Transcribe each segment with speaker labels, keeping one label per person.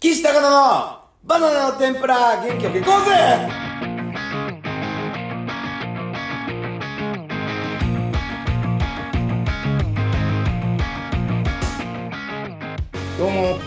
Speaker 1: 岸高野のバナナの天ぷら元気よく行こうぜ
Speaker 2: どうも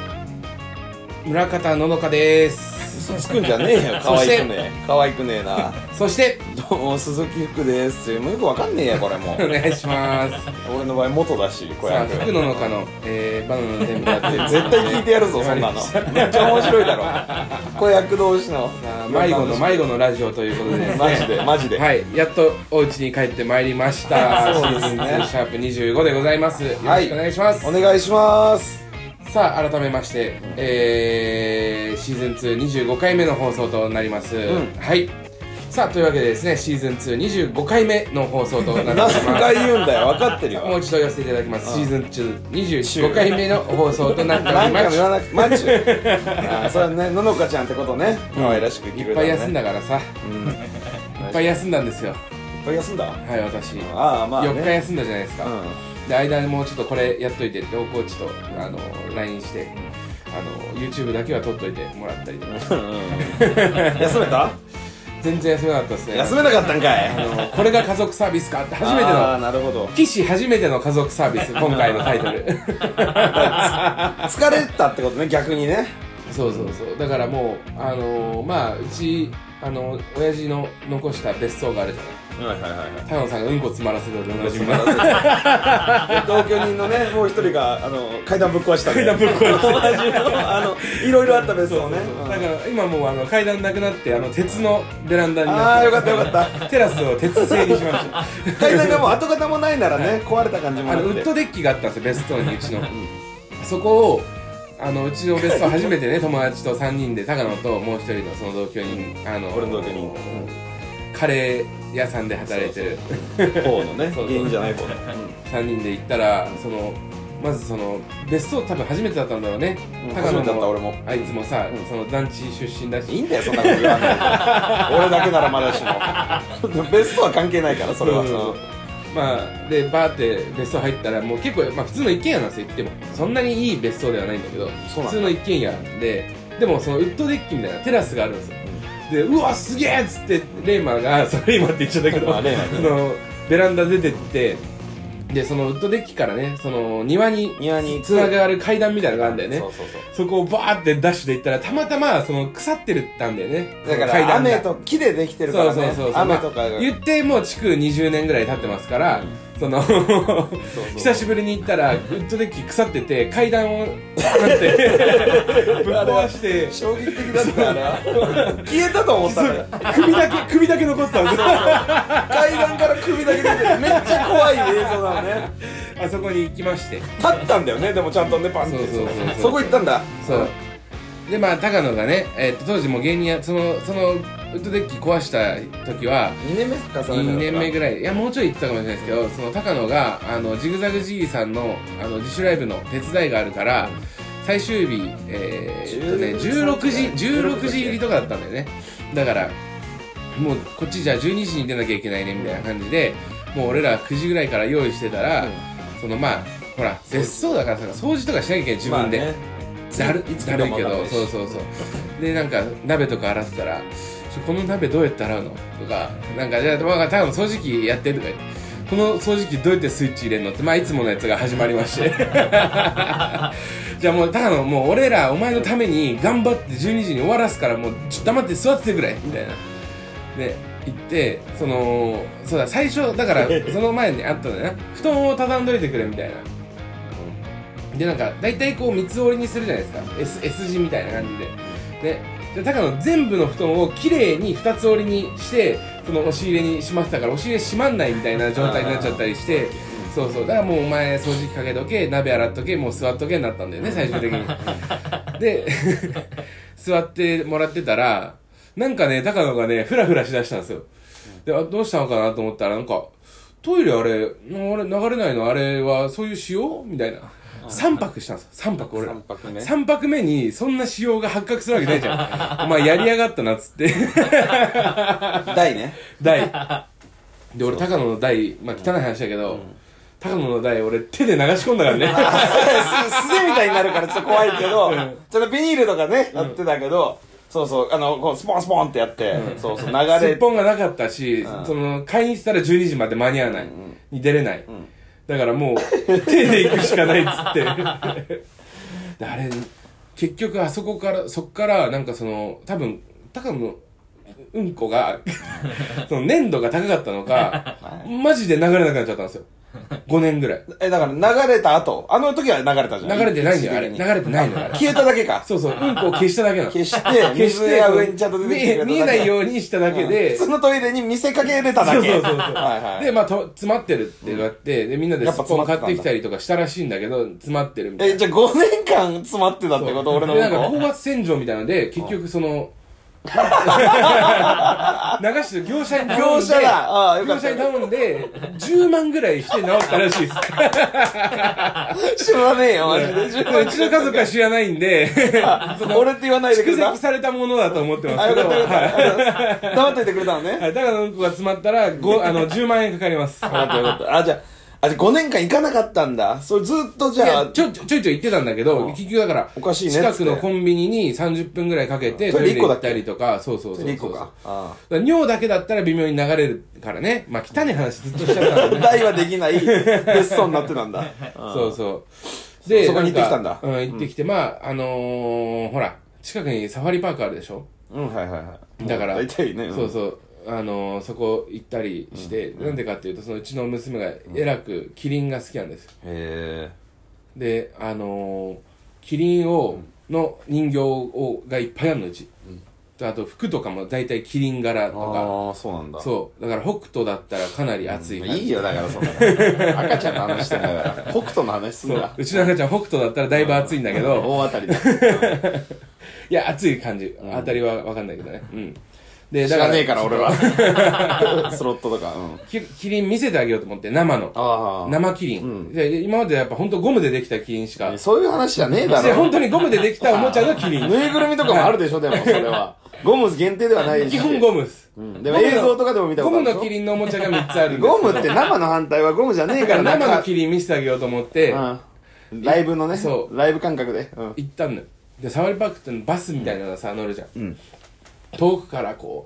Speaker 2: 村方ののかです
Speaker 1: 嘘つくんじゃねえよ 可愛くねえ可愛くねえな
Speaker 2: そして
Speaker 1: どうも鈴木福ですもうよくわかんねえやこれも
Speaker 2: お
Speaker 1: う
Speaker 2: 願いします
Speaker 1: 俺の場合元だし子
Speaker 2: さあ
Speaker 1: 役
Speaker 2: 福野のかの、えー、バナナの天ぷら
Speaker 1: だ って絶対聞いてやるぞそんなのめっちゃ面白いだろ 子役同士の
Speaker 2: さあ迷子の迷子のラジオということでです
Speaker 1: マジ
Speaker 2: ね
Speaker 1: でマジで、
Speaker 2: はい、やっとお家に帰ってまいりまし た。
Speaker 1: そうですね
Speaker 2: シーズン2シャープ25でございます。よろ
Speaker 1: はい
Speaker 2: しくお願いします。
Speaker 1: お願いします
Speaker 2: さあ、改めまして、えー、シーズン225回目の放送となります。
Speaker 1: ん
Speaker 2: はい。さあ、というわけでですね、シーズン225回目の放送となっておりま
Speaker 1: 何
Speaker 2: す。
Speaker 1: 回言うんだよ分かってるよ
Speaker 2: もう一度寄せていただきます。
Speaker 1: うん
Speaker 2: シーズン中25回目の放送となってお
Speaker 1: 何
Speaker 2: り
Speaker 1: 回も言
Speaker 2: ま
Speaker 1: わなくてマッチュ あーそれはねののかちゃんってことね可愛らしく言って
Speaker 2: す。
Speaker 1: く
Speaker 2: いっ
Speaker 1: れ
Speaker 2: ぱ
Speaker 1: た
Speaker 2: い
Speaker 1: ね
Speaker 2: 休んだからさ、い
Speaker 1: うん
Speaker 2: っぱい休んだんですよ。
Speaker 1: いっぱい休んだ
Speaker 2: はい、私。
Speaker 1: ああまあね
Speaker 2: 4日休んだじゃないですか。
Speaker 1: うん
Speaker 2: で、間にもうちょっとこれやっといてって、大河内と、あの、LINE して、あの、YouTube だけは撮っといてもらったりとか。
Speaker 1: 休め た
Speaker 2: 全然休めなかったですね。
Speaker 1: 休めなかったんかい
Speaker 2: あのこれが家族サービスかって初めて
Speaker 1: あー
Speaker 2: の
Speaker 1: なるほど
Speaker 2: 岸初めての家族サービス今回のタイトル
Speaker 1: 疲れたってことね逆にね
Speaker 2: そうそうそうだからもうあのーまあうちあの親父の残した別荘があるじゃない
Speaker 1: はいはいはいはい
Speaker 2: 太郎さんがうんこ詰まらせたと同じみ
Speaker 1: 同居人のねもう一人があの階段ぶっ壊した階段ぶっ壊した同じのあのいろいろあった別荘ねうん
Speaker 2: だから今もうあの階段なくなってあの鉄のベランダに
Speaker 1: あ
Speaker 2: なっ
Speaker 1: あ
Speaker 2: て
Speaker 1: よかったよかっ
Speaker 2: テラスを鉄製にしました
Speaker 1: た階段がもう跡形もないならね壊れた感じも
Speaker 2: あ
Speaker 1: あ
Speaker 2: のウ
Speaker 1: っ
Speaker 2: ッ
Speaker 1: て
Speaker 2: ドデッキがあったんですよ別荘にうちのそこをあのうちの別荘初めてね友達と3人で高野ともう一人のその同居人あの
Speaker 1: 俺の同居人
Speaker 2: カレー屋さんで働いてる
Speaker 1: 方のね
Speaker 2: そうそう
Speaker 1: 原因じゃない方の
Speaker 2: 3人で行ったらそのまずその別荘多分初めてだったんだろうね
Speaker 1: うん
Speaker 2: 高
Speaker 1: 初
Speaker 2: 野
Speaker 1: めてだった俺も
Speaker 2: あいつもさ、
Speaker 1: うん
Speaker 2: その団地出身だ
Speaker 1: いい
Speaker 2: し
Speaker 1: んだよそんなこと言わない で俺だけならまだしもベストは関係ないからそれは、
Speaker 2: うんまあでバーって別荘入ったらもう結構、まあ、普通の一軒家なんですよ言ってもそんなにいい別荘ではないんだけど
Speaker 1: そうな
Speaker 2: 普
Speaker 1: んだ
Speaker 2: 通の一軒家ででもそのウッドデッキみたいなテラスがあるんですよでうわすげえっつってレイマーがそ れ今って言っちゃったけど
Speaker 1: まあレイマーね
Speaker 2: そのベランダ出てってでそのウッドデッキからねその庭に
Speaker 1: 庭に
Speaker 2: つながる階段みたいなのがあるんだよね
Speaker 1: そうそうそう
Speaker 2: そこをバーってダッシュで行ったらたまたまその腐ってるったんだよね
Speaker 1: だか
Speaker 2: 階
Speaker 1: ら
Speaker 2: 段が
Speaker 1: 雨と木でできてるからね
Speaker 2: そうそうそうそう
Speaker 1: 雨とかが、
Speaker 2: 言ってもう築20年ぐらい経ってますから、その
Speaker 1: そう
Speaker 2: 久しぶりに行ったらウッドデッキ腐ってて階段を なんてぶっ壊して
Speaker 1: 衝撃的だったから 消えたと思ったのよ
Speaker 2: 首だけ首だけ残ってたんですよ
Speaker 1: 階段から首だけ出てるめっちゃ怖い映像なのね
Speaker 2: あそこに行きまして
Speaker 1: 立ったんだよねでもちゃんとねパンって
Speaker 2: そうそうそうそう
Speaker 1: そこ行ったんだ
Speaker 2: そうでまあ高野がね、えっと当時もう芸人やそのそのウッドデッキ壊した時は
Speaker 1: 2年目重ね
Speaker 2: 2
Speaker 1: て
Speaker 2: 年目
Speaker 1: ぐ
Speaker 2: ぐらいいやもうちょい行ってたかもしれないですけどその高野があのジグザグジギーさんのあの自主ライブの手伝いがあるから最終日えー、えっとね
Speaker 1: 13
Speaker 2: 16時16時入りとかだったんだよねだからもうこっちじゃあ12時に出なきゃいけないねみたいな感じでもう俺ら9時ぐらいから用意してたら、
Speaker 1: うん
Speaker 2: そのまあほら別荘だからさ掃除とかしなきゃいけない自分で、
Speaker 1: まあね
Speaker 2: だる
Speaker 1: いつ来
Speaker 2: だ
Speaker 1: て
Speaker 2: る
Speaker 1: も
Speaker 2: いけ
Speaker 1: わかんな
Speaker 2: ど
Speaker 1: いし
Speaker 2: そうそうそうでなんか鍋とか洗ってたら「ちょこの鍋どうやって洗うの?」とか「なんかじゃあ分かった多分掃除機やって」とか言って「この掃除機どうやってスイッチ入れるの?」ってまあいつものやつが始まりまして じゃあもうただのもう俺らお前のために頑張って12時に終わらすからもうちょっと黙って座っててくれみたいなで行ってそのそうだ最初だからその前にあったのよな布団を畳んどいてくれみたいなでなんか大体こう三つ折りにするじゃないですか S, S 字みたいな感じででで高野全部の布団をきれいに二つ折りにしてその押し入れにしまってたから押し入れ閉まんないみたいな状態になっちゃったりしてそうそうだからもうお前掃除機かけとけ鍋洗っとけもう座っとけになったんだよね最終的にで座ってもらってたらなんかね高野がねフラフラしだしたんですよであどうしたのかなと思ったらなんかトイレあれなあれ流れないのあれはそういう仕様みたいな3泊したんですよ3泊俺ら
Speaker 1: 三泊ね
Speaker 2: 三泊目にそんな仕様が発覚するわけないじゃんお前やりやがったなっつって
Speaker 1: 台ね
Speaker 2: 大で俺高野の大まあ汚い話だけど、高野の台俺手で流し込んだからね
Speaker 1: 素手みたいになるからちょっと怖いけど、ちょっとビニールとかね、やってたけど、そうそう、あの、こうスポンスポンってやって、そうそう、流
Speaker 2: す
Speaker 1: れ
Speaker 2: っぽんがなかったし、
Speaker 1: ん
Speaker 2: その会員したら12時まで間に合わない、に出れない、だからも う手で行くしかないっつってであれ結局あそこからそっからなんかその多分高野のうんこが その粘度が高かったのかマジで流れなくなっちゃったんですよ5年ぐらい
Speaker 1: え、だから流れた後、あの時は流れたじゃん。
Speaker 2: 流れてないんだよあれ
Speaker 1: 一時
Speaker 2: 流
Speaker 1: 的に
Speaker 2: れてないのよあれ
Speaker 1: 消えただけか。
Speaker 2: そうそううんこを消しただけなの
Speaker 1: 消して、
Speaker 2: 消して
Speaker 1: 水が上にちゃんと出てきてくれた
Speaker 2: 見え見えないようにしただけ で、
Speaker 1: そのトイレに見せかけれただけ。
Speaker 2: そうそうそうそう
Speaker 1: はいはい。
Speaker 2: で、まあ、と詰まってるってなって、で、みんなで
Speaker 1: やっ
Speaker 2: ス
Speaker 1: ぱ
Speaker 2: ポ
Speaker 1: 詰ま
Speaker 2: ン
Speaker 1: ってた
Speaker 2: 買
Speaker 1: んだ
Speaker 2: ってきたりとかしたらしいんだけど、詰まってるみたい
Speaker 1: え、
Speaker 2: な。
Speaker 1: じゃあ5年間詰まってたってこと俺の
Speaker 2: で、なんか、
Speaker 1: うんこ
Speaker 2: 高圧洗浄みたいので、結局そ の、流して業者に頼んで
Speaker 1: 業者だああよか
Speaker 2: 業
Speaker 1: った
Speaker 2: 者に頼んで、10万ぐらいして直ったらしいです。
Speaker 1: 知らねえよ、マジで。
Speaker 2: でうちの家族は知らないんで、
Speaker 1: 俺って言わないでく
Speaker 2: 蓄
Speaker 1: れた
Speaker 2: 積。されたものだと思ってま
Speaker 1: あ、
Speaker 2: すけ
Speaker 1: よかっ
Speaker 2: ど、
Speaker 1: たよ
Speaker 2: はい。
Speaker 1: かった。 黙っといてくれたのね。
Speaker 2: はい、だからうんこが詰まったら、ごあの、10万円かかります。
Speaker 1: よかったよかった。あ、じゃあ、あ、じゃあ5年間行かなかったんだ。それずっとじ
Speaker 2: い
Speaker 1: ゃ
Speaker 2: や
Speaker 1: あ、
Speaker 2: ちょいちょいちょいちょい行ってたんだけど、結局だから、
Speaker 1: おかしいねっつって
Speaker 2: 近くのコンビニに30分ぐらいかけて
Speaker 1: そ
Speaker 2: ト
Speaker 1: れで一
Speaker 2: イレ
Speaker 1: 個
Speaker 2: 行
Speaker 1: だっ
Speaker 2: っ
Speaker 1: け
Speaker 2: たりとか、そうそうそうそう。
Speaker 1: 2個か。あ
Speaker 2: だから尿だけだったら微妙に流れるからね。まあ、汚い話ずっとしちゃったから
Speaker 1: あ。
Speaker 2: ね。
Speaker 1: 大はできない別荘になってたんだ。
Speaker 2: そうそう。で、
Speaker 1: そこに
Speaker 2: な
Speaker 1: 行ってきたんだ
Speaker 2: うん、行ってきて、まあ、あのー、ほら、近くにサファリパークあるでしょ
Speaker 1: うん、はいはいはい。
Speaker 2: だから、
Speaker 1: 大体ね。
Speaker 2: そうそう。あのー、そこ行ったりして、なんでかっていうと、そのうちの娘がえらくキリンが好きなんですよ。
Speaker 1: へ
Speaker 2: であのーキリンを、の人形をがいっぱいあるのうち、であと服とかも大体キリン柄
Speaker 1: え。
Speaker 2: とか
Speaker 1: ああ、そうなんだ。
Speaker 2: そうだから北斗だったらかなり熱い感じ、
Speaker 1: いいよ、だからそ んな。赤ちゃんの話してんだから。北斗の話すん
Speaker 2: そう
Speaker 1: だ。
Speaker 2: うちの赤ちゃん北斗だったらだいぶ熱いんだけど
Speaker 1: 大当た りだ。
Speaker 2: いや熱い感じ当たりは分かんないけどねうんで
Speaker 1: 知
Speaker 2: だからら
Speaker 1: ねえから、俺は。スロットとか。うん。
Speaker 2: キキリン見せてあげようと思って生の
Speaker 1: あ
Speaker 2: 生キリン、で今までやっぱ本当ゴムでできたキリンしか
Speaker 1: あ。そういう話じゃねえだ
Speaker 2: で
Speaker 1: ろ。
Speaker 2: 本当にゴムでできたおもちゃのキリン
Speaker 1: ぬいぐるみとかもあるでしょ、でも、それ は。ゴム限定ではないし。
Speaker 2: 基本ゴムです、
Speaker 1: でも映像とかでも見たこ
Speaker 2: ゴ
Speaker 1: とあるでし
Speaker 2: ムの
Speaker 1: ょ
Speaker 2: キリンのおもちゃが3つあるんです
Speaker 1: ゴムって生の反対はゴムじゃねえか
Speaker 2: だからら生の
Speaker 1: 切
Speaker 2: キリン見せてあげようと思って、
Speaker 1: うん、ライブのね
Speaker 2: そ
Speaker 1: ライブ感覚で、うん、
Speaker 2: 行ったんだよでサファリパークってバスみたいなのがさ乗るじゃん、遠くからこ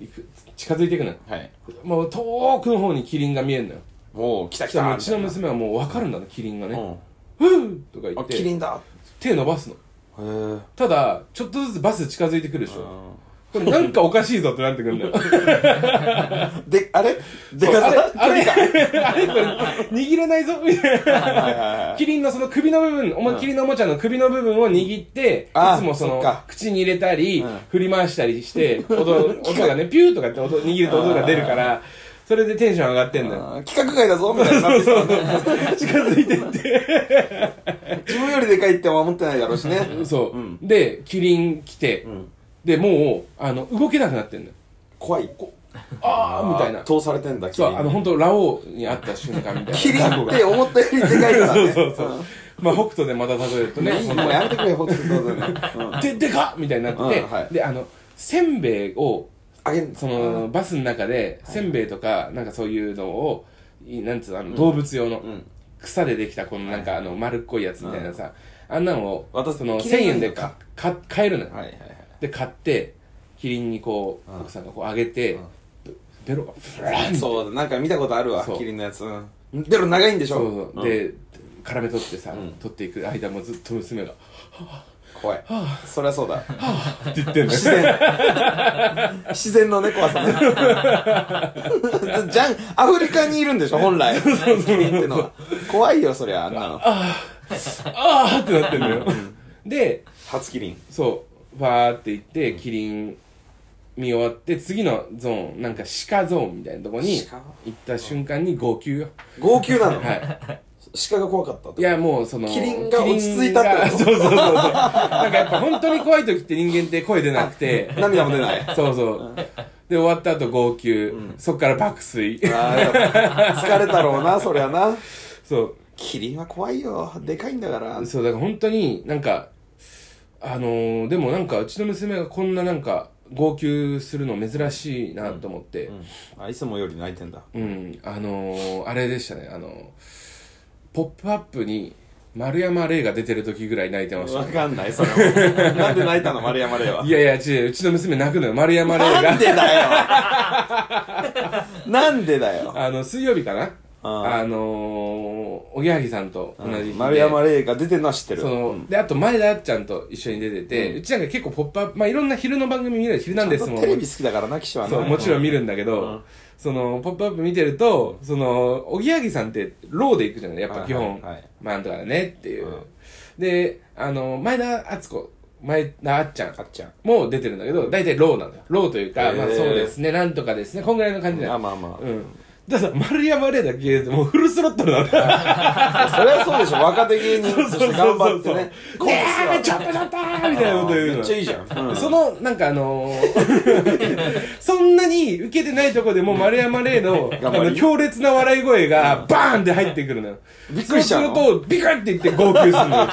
Speaker 2: う行く近づいていくのよ
Speaker 1: はい
Speaker 2: もう遠くの方にキリンが見えるのよ
Speaker 1: もう来た来
Speaker 2: そした
Speaker 1: た
Speaker 2: らうちの娘はもう分かるんだねキリンがね
Speaker 1: うん
Speaker 2: 「ふう!」とか言
Speaker 1: あ
Speaker 2: っ
Speaker 1: キリ
Speaker 2: て
Speaker 1: ンだ
Speaker 2: 手伸ばすの
Speaker 1: へえ
Speaker 2: ただちょっとずつバス近づいてくるでしょこれなんかおかしいぞってなってくる んだよ
Speaker 1: であれでか
Speaker 2: あれ
Speaker 1: さ
Speaker 2: あれあれこれ握れないぞみたいな
Speaker 1: はいはいはい
Speaker 2: キリンのその首の部分、おも、キリンのおもちゃの首の部分を握って、
Speaker 1: あ
Speaker 2: いつもそ
Speaker 1: そ
Speaker 2: の
Speaker 1: っか
Speaker 2: 口に入れたり、
Speaker 1: うん
Speaker 2: 振り回したりして、音、 音がね、ピューとかって音、握ると音が出るから、それでテンション上がってんだよ。
Speaker 1: あー企画外だぞみたいになって
Speaker 2: そうそう。近づいてって。
Speaker 1: 自分よりでかいって思ってないだろうしね
Speaker 2: そう、で、キリン来て、で、もう、あの、動けなくなってんだよ。
Speaker 1: 怖いこ
Speaker 2: あーみたいな。
Speaker 1: 通されてんだキ
Speaker 2: そ
Speaker 1: リ
Speaker 2: う、あの、
Speaker 1: ン
Speaker 2: 本当ラオウに会った瞬間みたいな。
Speaker 1: キリンって思ったよりでかいから
Speaker 2: そう
Speaker 1: ね
Speaker 2: そうそう。まあ、北斗でまた例えるとね、
Speaker 1: いいもうやめてくれよほんとどうぞね、うん、
Speaker 2: で、でかっみたいになってて、
Speaker 1: うんはい
Speaker 2: で、あの、せんべいを、
Speaker 1: あげん
Speaker 2: その、バスの中で、せんべいとか、なんかそういうのを、いなんつうの、あの動物用の、
Speaker 1: ん
Speaker 2: 草でできた、このなんか、あの、丸っこいやつみたいなさ、あんなのを、
Speaker 1: 渡す
Speaker 2: その、
Speaker 1: キ
Speaker 2: 1000
Speaker 1: リンの
Speaker 2: 円でか、か、買えるのよ。
Speaker 1: はいはいはい
Speaker 2: で、買って、キリンにこう、奥さんがこう、あげて、ベロが、フラン
Speaker 1: そうだなんか見たことあるわ
Speaker 2: そう
Speaker 1: キリンのやつうんベロ長いんでしょ
Speaker 2: そうそう、
Speaker 1: ん
Speaker 2: で、絡め取ってさ、取っていく間もずっと娘が、
Speaker 1: 怖いそりゃそうだ
Speaker 2: って言ってん のよ
Speaker 1: 自然自然のね怖さねじゃんアフリカにいるんでしょ本来キリンってのは怖いよそりゃあんなの
Speaker 2: あーってなってんのよ。で、
Speaker 1: 初キリン
Speaker 2: そう、バーって行って、キリン見終わって、次のゾーン、なんか鹿ゾーンみたいなとこに
Speaker 1: 鹿
Speaker 2: 行った瞬間に号泣よ。
Speaker 1: 号泣なの
Speaker 2: は
Speaker 1: 鹿が怖かったっ
Speaker 2: い。い
Speaker 1: て
Speaker 2: や、もうその、
Speaker 1: キリンが落ち着いたってこと
Speaker 2: キ リンがそうそうそうそう。なんかやっぱ本当に怖い時って人間って声出なくて、
Speaker 1: 涙も出ないあ
Speaker 2: そうそう。で、終わった後号泣、そっから爆睡。
Speaker 1: ーやっぱ疲れたろうなそりゃな
Speaker 2: そう。
Speaker 1: キリンは怖いよでかいんだから
Speaker 2: そうだから本当になんかあのー、でもなんかうちの娘がこんななんか号泣するの珍しいなと思って、
Speaker 1: うんあいつもより泣いてんだ
Speaker 2: うん、あのー、あれでしたね、あのー、ポップアップに丸山礼が出てる時ぐらい泣いてました
Speaker 1: わ
Speaker 2: ね。
Speaker 1: かんないそれはなんで泣いたの丸山礼はい
Speaker 2: やいや、違う、うちの娘泣くのよ、丸山礼
Speaker 1: なん
Speaker 2: が。
Speaker 1: でだよなんでだよ
Speaker 2: あの、水曜日かな
Speaker 1: あ
Speaker 2: あのー、おぎやはぎさんと同じ日で。
Speaker 1: 丸山礼が出てるのは知ってる
Speaker 2: その、で、あと前田あっちゃんと一緒に出てて、うちなんか結構ポップアップ、まあ、いろんな昼の番組見る、昼なんですもん。
Speaker 1: テレビ好きだからな岸はね
Speaker 2: そう、もちろん見
Speaker 1: る
Speaker 2: るんだけど、
Speaker 1: うん
Speaker 2: その、ポップアップ見てると、その、おぎやはぎさんって、ローで行くじゃないやっぱ基本。
Speaker 1: はいはいはい
Speaker 2: まあ、なんとかだねっていう。
Speaker 1: うん
Speaker 2: で、あの、前田敦子、前田あっちゃん
Speaker 1: あっちゃん
Speaker 2: も出てるんだけど、大体ローなのよ。ローという
Speaker 1: へ
Speaker 2: か、
Speaker 1: ー
Speaker 2: まあそうですね、なんとかですね、こんぐらいの感じだ
Speaker 1: あ
Speaker 2: よ。
Speaker 1: まあま
Speaker 2: うん。だからさ、丸山礼だけ、もうフルスロットルなんだよ。
Speaker 1: あ それはそうでしょ若手芸人として頑張ってね
Speaker 2: そうそうそうそうねえ、めっちゃアップだったーみたいなこと言うの。
Speaker 1: めっちゃいいじゃん、うん
Speaker 2: その、なんかあのー そんなに受けてないとこでも丸山礼の、あ
Speaker 1: 頑張り
Speaker 2: の、強烈な笑い声が、バーンって入ってくるのよ。
Speaker 1: びっくりしちゃうの
Speaker 2: そうすると、ビクッて言って号泣 するのよ。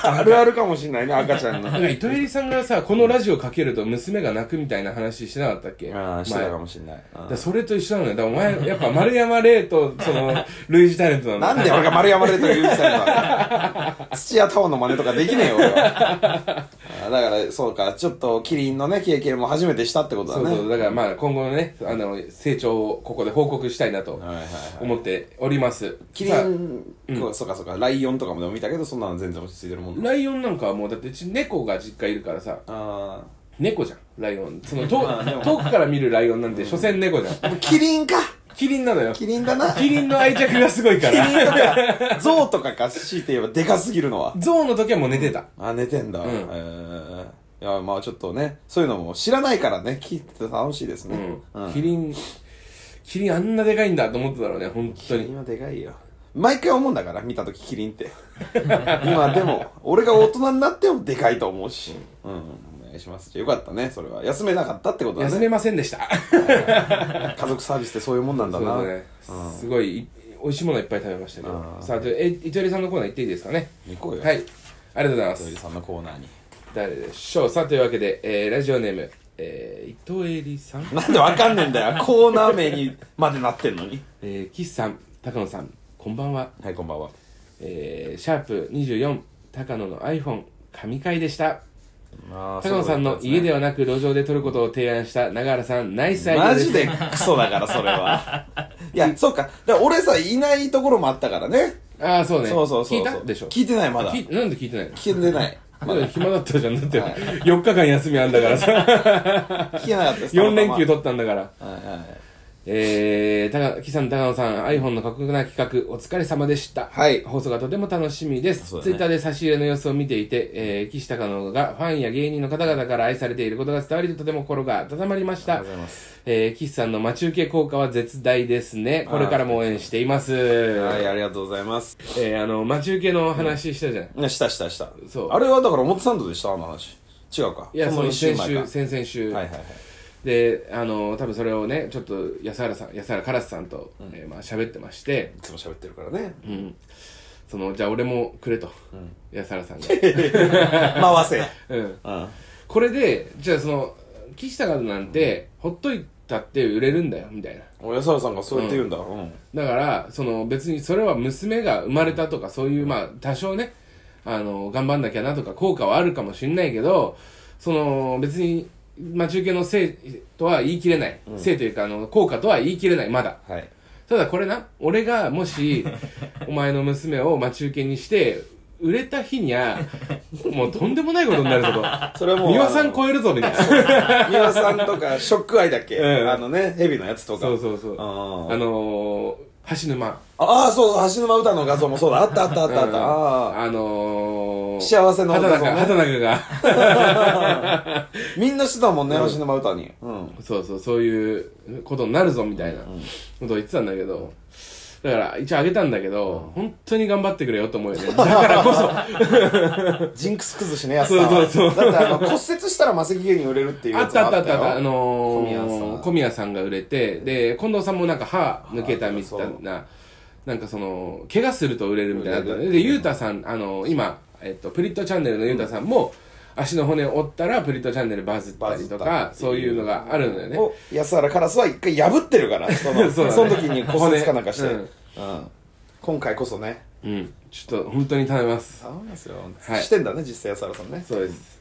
Speaker 1: あるあるかもしれないね赤ちゃん の
Speaker 2: なんか、糸入さんがさ、このラジオかけると娘が泣くみたいな話してなかったっけ
Speaker 1: ああしてたか
Speaker 2: 前
Speaker 1: もしれない、うん
Speaker 2: だからそれと一緒なのよ。だからお前、やっぱ丸山礼と、その、類似タレントなの。
Speaker 1: なんで俺が丸山礼と言うみたい な土屋太鳳の真似とかできねえよ俺はあだからそうかちょっとキリンのね経験も初めてしたってことだ
Speaker 2: そ
Speaker 1: ね
Speaker 2: うそう、だからまあ今後のね、あの、成長をここで報告したいな
Speaker 1: は
Speaker 2: と
Speaker 1: いはいはい
Speaker 2: 思っております。
Speaker 1: キリ
Speaker 2: さあ
Speaker 1: ン、こうそうかそうかライオンとかもでも見たけどそんなの全然落ち着いてるもんな
Speaker 2: ライオンなんかはもうだってうち猫が実家いるからさ
Speaker 1: あ
Speaker 2: 猫じゃんライオンその 遠
Speaker 1: まあでも
Speaker 2: 遠くから見るライオンなんて所詮猫じゃん
Speaker 1: ーキリンか
Speaker 2: キリンなのよ
Speaker 1: キリンだな
Speaker 2: キリンの愛着がすごいか
Speaker 1: キリン
Speaker 2: ら
Speaker 1: とか象とかか強いて言えばでかすぎるのは
Speaker 2: ゾウの時はもう寝てた
Speaker 1: あ寝てんだ、
Speaker 2: うん
Speaker 1: えーいやまあちょっとねそういうのも知らないからね聞いてて楽しいです
Speaker 2: う
Speaker 1: ね、
Speaker 2: ん、
Speaker 1: うん
Speaker 2: キリンキリンあんなでかいんだと思ってたろうね本当
Speaker 1: キリ
Speaker 2: に
Speaker 1: ンはでかいよ毎回思うんだから見た時キリンって 今でも俺が大人になってもでかいと思うしうん、お願いしますじゃあよかったねそれは休めなかったってことだ
Speaker 2: 休
Speaker 1: ね
Speaker 2: めませんでした
Speaker 1: 家族サービスってそういうもんなんだ
Speaker 2: そう
Speaker 1: な
Speaker 2: だね
Speaker 1: うん
Speaker 2: すごいい美味しいものいっぱい食べましたけど
Speaker 1: うん
Speaker 2: さあとえ糸りさんのコーナー行っていいですかね
Speaker 1: 行こうよ
Speaker 2: はいありがとうござい
Speaker 1: 小
Speaker 2: ます
Speaker 1: 百合さんのコーナーに
Speaker 2: 誰でしょうさあというわけで、えーラジオネーム、えー、伊藤恵里さん
Speaker 1: なんでわかんねえんだよコーナー名にまでなってんのに
Speaker 2: えー、岸さん、高野さん、こんばんは。
Speaker 1: はいこんばんは
Speaker 2: えー、シャープ24、高野の iPhone、神回でした。
Speaker 1: 高
Speaker 2: 高野さんの家ではなく路上で撮ることを提案した永原さん、ナイスアイデア
Speaker 1: マ
Speaker 2: です。
Speaker 1: ジでクソだからそれ はいやそうかだから俺さいないところもあったからね
Speaker 2: ああ、そうね。
Speaker 1: そうそうそう
Speaker 2: 聞いたでしょ。
Speaker 1: 聞いてないまだ
Speaker 2: 聞いなんで聞いてないの
Speaker 1: 聞いてない
Speaker 2: まだ暇だったじゃん。だって、
Speaker 1: はい
Speaker 2: 4日間休みあんだか らさ、
Speaker 1: 聞けなかったです
Speaker 2: 4連休
Speaker 1: と
Speaker 2: 取ったんだから。
Speaker 1: はいはい
Speaker 2: えー、高岸さん、高野さん、iPhone の過酷な企画、お疲れ様でした。
Speaker 1: はい
Speaker 2: 放送がとても楽しみです。
Speaker 1: そうだね
Speaker 2: ツイッターで差し入れの様子を見ていて、えー、岸高野がファンや芸人の方々から愛されていることが伝わり、とても心が温まりまし
Speaker 1: あり
Speaker 2: た
Speaker 1: がとうご。ざいます
Speaker 2: えー、岸さんの待ち受け効果は絶大ですね。これからも応援しています。
Speaker 1: はいありがとうございます
Speaker 2: えー、あの、待ち受けの話したじゃん。
Speaker 1: ねしたしたした
Speaker 2: そう
Speaker 1: あれはだから表参道でしたあの話違うか
Speaker 2: いや、その
Speaker 1: 一週
Speaker 2: 先
Speaker 1: 前か
Speaker 2: 週、先々週。
Speaker 1: はいはいはい
Speaker 2: で、あの、多分それをね、ちょっと安原さん、安原カラスさんと、えーまあ喋ってまして、
Speaker 1: いつも喋ってるからね
Speaker 2: うん、そのじゃあ俺もくれと、安原さ んが、
Speaker 1: 回せ
Speaker 2: うん、
Speaker 1: うん
Speaker 2: これでじゃあその岸田君なんて、ほっといたって売れるんだよみたいな
Speaker 1: お安原さんがそうやって言うんだうん
Speaker 2: だからその別にそれは娘が生まれたとかそういうまあ多少ねあの頑張んなきゃなとか効果はあるかもしれないけどその別に待ち受けのせいとは言い切れない、せいというかあの効果とは言い切れないまだ
Speaker 1: はい
Speaker 2: ただこれな、俺がも し、お前の娘を待ち受けにして、売れた日 にゃ、もうとんでもないことになるぞと。
Speaker 1: それはもう
Speaker 2: 三輪さ
Speaker 1: あ
Speaker 2: ん
Speaker 1: の
Speaker 2: 超えるぞ、みたいな。
Speaker 1: 三輪さんとかショックアイだっ け
Speaker 2: うん
Speaker 1: あのねヘビのやつとか
Speaker 2: そうそうそう。あ
Speaker 1: あー
Speaker 2: のー、橋沼。
Speaker 1: あーそうそう橋沼歌の画像もそうだあったあったあったあったあー
Speaker 2: あのー、
Speaker 1: 幸せの
Speaker 2: 畑
Speaker 1: 男
Speaker 2: 中、
Speaker 1: ね
Speaker 2: 畑中が。
Speaker 1: みんなしてたもんね橋沼歌にうん
Speaker 2: そうそう、そういうことになるぞ、みたいなことを言ってたんだけど、だから、一応あげたんだけど、本当に頑張ってくれよと思 うよね。だからこそ、
Speaker 1: ジンクス崩しねやつさんは
Speaker 2: そうそうそ
Speaker 1: だってあの骨折したら魔石芸人売れるっていう
Speaker 2: あ
Speaker 1: や
Speaker 2: っ
Speaker 1: つも
Speaker 2: たあったあったあ
Speaker 1: よ
Speaker 2: ったあ
Speaker 1: 小
Speaker 2: のー、
Speaker 1: 宮さん
Speaker 2: 小宮さんが売れてで近藤さんもなんか歯抜けたみた
Speaker 1: あ
Speaker 2: い
Speaker 1: ー
Speaker 2: ななんかその怪我すると売れるみたいな
Speaker 1: 売れる
Speaker 2: でゆうたさんあのー今えっとプリットチャンネルのゆうたさんも、足の骨折ったらプリットチャンネルバズったり
Speaker 1: バ
Speaker 2: と
Speaker 1: ズった
Speaker 2: か
Speaker 1: り
Speaker 2: そういうのがあるのよね
Speaker 1: を安原カラスは一回破ってるからその
Speaker 2: そ
Speaker 1: そう
Speaker 2: だね
Speaker 1: の時に骨折かなんかして、
Speaker 2: 骨
Speaker 1: うん今回こそね
Speaker 2: うんちょっと本当に頼みます
Speaker 1: 頼みますよ、
Speaker 2: はい
Speaker 1: してんだね実際安原さんね
Speaker 2: そうです、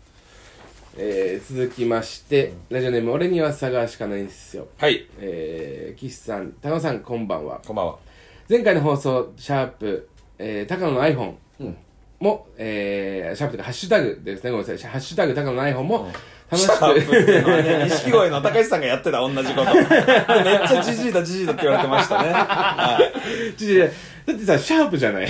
Speaker 2: えー、続きましてラジオネーム俺には差がしかないんですよ
Speaker 1: はい
Speaker 2: えー、岸さん、高野さん、こんばんは。
Speaker 1: こんばんは
Speaker 2: 前回の放送、シャープ、えー、高野の iPhone
Speaker 1: うん
Speaker 2: も、えー、シャープというか、ハッシュタグですね、ごめんなさい、ハッシュタグ高野の iPhone も、楽し
Speaker 1: シャープっ
Speaker 2: く、
Speaker 1: ていうのはね錦鯉の高橋さんがやってた同じ ことめっちゃじじいだじじいだって言われてましたねはい
Speaker 2: ちょちょだってさ、シャープじゃ ない。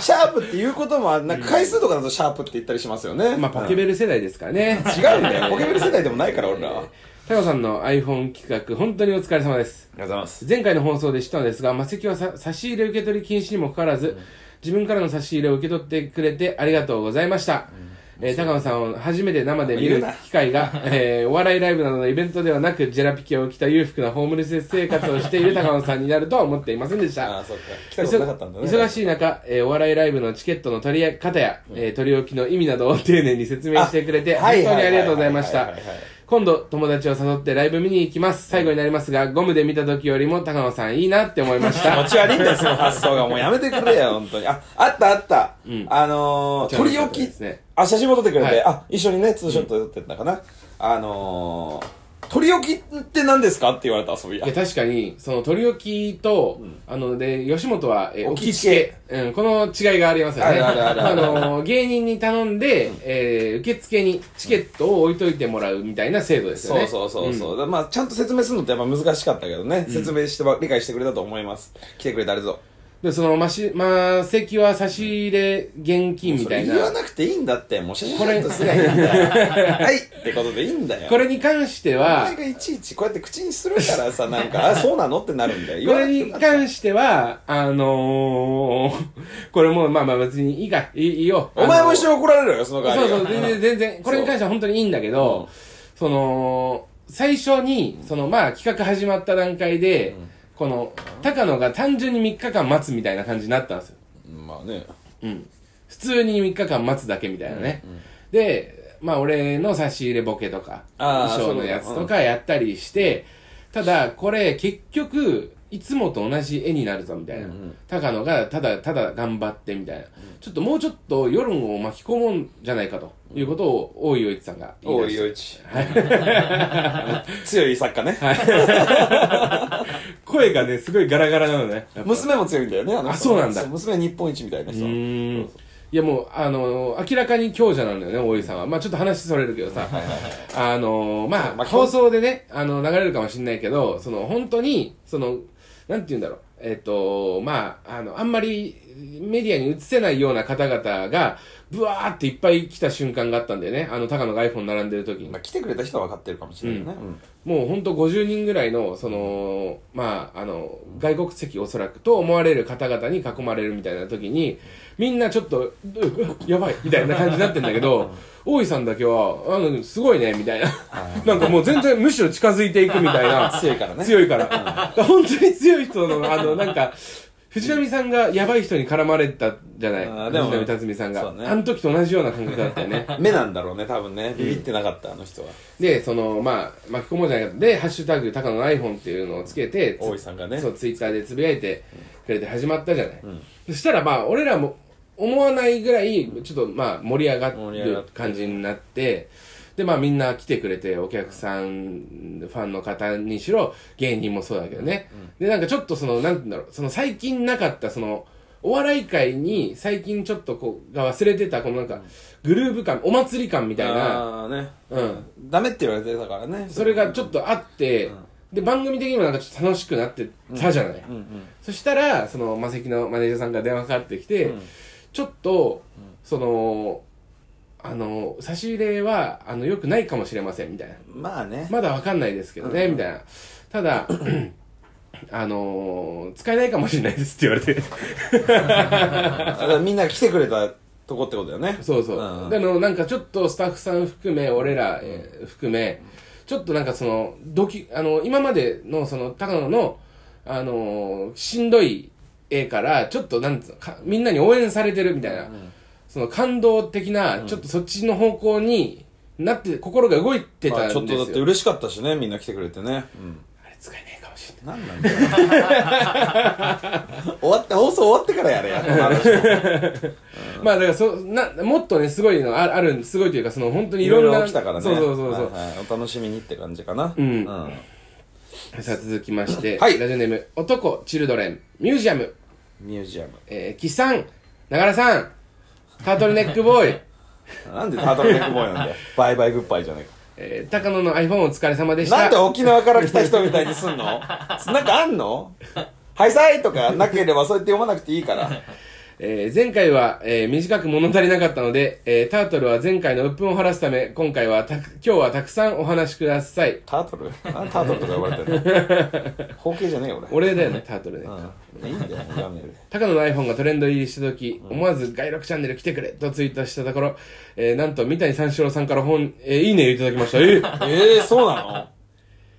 Speaker 1: シャープっていうこともなんか回数とかだとシャープって言ったりしますよね、
Speaker 2: まあ、ポケベル世代ですからね。
Speaker 1: うん違うんだよポケベル世代でもないから俺らはあり
Speaker 2: 高野さんの iPhone 企画、本当にお疲れ様です。
Speaker 1: がとうございます
Speaker 2: 前回の放送で知ったのですが、マセキはさ差し入れ受け取り禁止にもかかわらず、自分からの差し入れを受け取ってくれてありがとうございました。えー高野さんを初めて生で見
Speaker 1: 言う
Speaker 2: る
Speaker 1: な
Speaker 2: 機 会が、えーお笑いライブなどのイベントではなく、ジェラピケを着た裕福なホームレス生活をしている高野さんになるとは思っていませんでし
Speaker 1: あ
Speaker 2: た
Speaker 1: あ。そっか来たことなかったんだね
Speaker 2: 忙しい中、えーお笑いライブのチケットの取り方や、えー取り置きの意味などを丁寧に説明してくれて、
Speaker 1: あは
Speaker 2: 本
Speaker 1: い
Speaker 2: 当にありがとうございまし
Speaker 1: は
Speaker 2: た
Speaker 1: いはいはいはいはい。
Speaker 2: 今度、友達を誘ってライブ見に行きます。最後になりますが、ゴムで見た時よりも高野さんいいなって思いまし
Speaker 1: 気持
Speaker 2: た。
Speaker 1: ち悪いんだよその発想がもうやめてくれよ本当にああったあった、あのー、取り置き
Speaker 2: ですね。
Speaker 1: あ写真も撮ってくれて、
Speaker 2: はい
Speaker 1: あ一緒にねツーショット撮ってたかな、あのー、取り置きって何ですかって言われた遊びや
Speaker 2: いや、確かに、その取り置きと、あの、で、吉本は、えー、
Speaker 1: 置
Speaker 2: 置
Speaker 1: き
Speaker 2: き
Speaker 1: つ
Speaker 2: つ
Speaker 1: け
Speaker 2: け。うん、この違いがありますよね。
Speaker 1: あるあるあるある
Speaker 2: の、芸人に頼んで、えー受付にチケットを置いといてもらうみたいな制度ですよ
Speaker 1: そう
Speaker 2: ね。
Speaker 1: そうそううんそう、だまあちゃんと説明するのってやっぱ難しかったけどね、説明してば理解してくれたと思います来てくれてあるぞ
Speaker 2: で、その、まし、ま、席は差し入れ現金みたい
Speaker 1: そ
Speaker 2: な。
Speaker 1: れ言わなくていいんだってもう写真
Speaker 2: こ
Speaker 1: 撮
Speaker 2: れ
Speaker 1: っとすりゃいいんだよはいってことでいいんだよ
Speaker 2: これに関して
Speaker 1: お
Speaker 2: は
Speaker 1: 前、がいちいちこうやって口にするからさなん かあそうなのってなるんだよ
Speaker 2: こ
Speaker 1: 言わな
Speaker 2: れ
Speaker 1: くてよ
Speaker 2: に
Speaker 1: かった
Speaker 2: 関しては、あのー、これもう、まあまあ別にいいか、いいいいよ。
Speaker 1: お前も
Speaker 2: 緒
Speaker 1: 一緒に怒られるよその代わ
Speaker 2: そう
Speaker 1: りは
Speaker 2: そう、全然、全然、これに関しては本当にいいんだけど、その、最初に、その、まあ企画始まった段階で、この、高野が単純に3日間待つみたいな感じになったんですよ。
Speaker 1: まあね
Speaker 2: うん。普通に3日間待つだけみたいなね。で、まあ俺の差し入れボケとか、
Speaker 1: あー
Speaker 2: 衣装のやつとかやったりして、ただこれ結局、いつもと同じ絵になるぞみたいな。高野がただただ頑張ってみたいな。ちょっともうちょっと世論を巻き込むんじゃないかということを大井洋一さんが言い
Speaker 1: 大
Speaker 2: 出し
Speaker 1: 井
Speaker 2: て
Speaker 1: 陽 一強い作家ね
Speaker 2: 声がね、すごいガラガラなのね。やっぱ
Speaker 1: 娘も強いんだよねあの人
Speaker 2: あそうなんだ
Speaker 1: 娘日本一みたいな人
Speaker 2: うーんいやもう、あの明らかに強者なんだよね、大井さんは。まあちょっと話それるけどさ、あのま
Speaker 1: まあ
Speaker 2: あ、放送でね、あの、流れるかもしれないけど、その、本当に、その、なんて言うんだろう、えっ、と、まあ、あの、あんまりメディアに映せないような方々が、ブワーっていっぱい来た瞬間があったんだよね、あの、高野が iPhone 並んでる時に
Speaker 1: まあ。来てくれた人は分かってるかもしれないよね
Speaker 2: もうほんと50人ぐらいの、その、まあ、あの、外国籍おそらくと思われる方々に囲まれるみたいな時に、みんなちょっと、ううやばいみたいな感じになってんだけど、大井さんだけは、あの、すごいね、みたいな。なんかもう全然むしろ近づいていくみたいな。
Speaker 1: 強いから ね
Speaker 2: 強いから。だから本当に強い人の、あの、なんか、藤波さんがやばい人に絡まれたじゃない
Speaker 1: あーでも
Speaker 2: 藤波辰巳さんが
Speaker 1: そう。ね
Speaker 2: あの時と同じような感覚だったよね。
Speaker 1: 目なんだろうね多分ねビビってなかったあの人は
Speaker 2: で、その、まあ、巻き込もうじゃないかと。で、ハッシュタグ、高野の iPhone っていうのをつけて、
Speaker 1: 大井さんがね
Speaker 2: そう、ツイッターでつぶやいてくれて始まったじゃない。そしたら、まあ、俺らも思わないぐらい、ちょっと、まあ、盛り上が
Speaker 1: 盛り上がっ
Speaker 2: る
Speaker 1: て
Speaker 2: 感じになって、で、まあ、みんな来てくれて、お客さん、ファンの方にしろ、芸人もそうだけどね。で、なんかちょっとその、なんて言うんだろう、その最近なかった、その、お笑い界に最近ちょっとこう、が忘れてた、このなんか、グルーヴ感、お祭り感みたいな、
Speaker 1: ああね
Speaker 2: うん。
Speaker 1: ダメって言われてたからね
Speaker 2: それがちょっとあって、で番組的にもなんかちょっと楽しくなってたじゃない、そしたらそのマセキのマネージャーさんが電話かかってきて、ちょっと、そのあの差し入れはあのよくないかもしれませんみたいな
Speaker 1: まあね
Speaker 2: まだわかんないですけどね、みたいなただ あのー、使えないかもしれないですって言われて
Speaker 1: だからみんな来てくれたとこってことだよね
Speaker 2: そうそう、
Speaker 1: ん
Speaker 2: であのなんかちょっとスタッフさん含め俺ら、えー含めちょっとなんかそのドキあの今までのその高野の、あのーしんどい絵からちょっとなんつうのかみんなに応援されてるみたいな、その感動的な、ちょっとそっちの方向になって、心が動いて
Speaker 1: ま
Speaker 2: たん
Speaker 1: あ
Speaker 2: です
Speaker 1: ち
Speaker 2: よ。
Speaker 1: ょっとだって嬉しかったしねみんな来てくれてねうん
Speaker 2: あれ使えねえかもしれな
Speaker 1: 何な
Speaker 2: い。
Speaker 1: んだ よ終わって放送終わってからやれ やこの話
Speaker 2: まあだからそなもっとねすごいのああるんすごいというかその本当に
Speaker 1: い
Speaker 2: いろ
Speaker 1: ろい
Speaker 2: んな
Speaker 1: ろ起きたからね
Speaker 2: そうそうそうそう、
Speaker 1: はいはいお楽しみにって感じかな
Speaker 2: うん
Speaker 1: うん
Speaker 2: さあ続きまして、
Speaker 1: はい
Speaker 2: ラジオネーム男チルドレンミュージアム、
Speaker 1: ミュージアム
Speaker 2: えー、岸さん長良さんタートルネッ クボーイ、
Speaker 1: なんでタートルネックボーイなんだよバイバイグッバイじゃね
Speaker 2: えー、高野の iPhone お疲れ様で
Speaker 1: え
Speaker 2: し
Speaker 1: か
Speaker 2: た
Speaker 1: なんで沖縄から来た人みたいにすんのな んかあんのハイサイとかなければそうやって読まなくていいから
Speaker 2: えー前回は、えー短く物足りなかったので、えータートルは前回の鬱憤を晴らすため今回はたく今日はたくさんお話しください
Speaker 1: タートルなんでタートルとか呼ばれてるの方形じゃねえよ俺
Speaker 2: 俺だよねタートルね、
Speaker 1: うん、いいんだよ画面で
Speaker 2: 高野の iPhone がトレンド入りした時、思わず「外録チャンネル来てくれ」とツイートしたところ、えーなんと三谷三四郎さんから本、えーいいねをいただきましたえ ー
Speaker 1: ええそうなの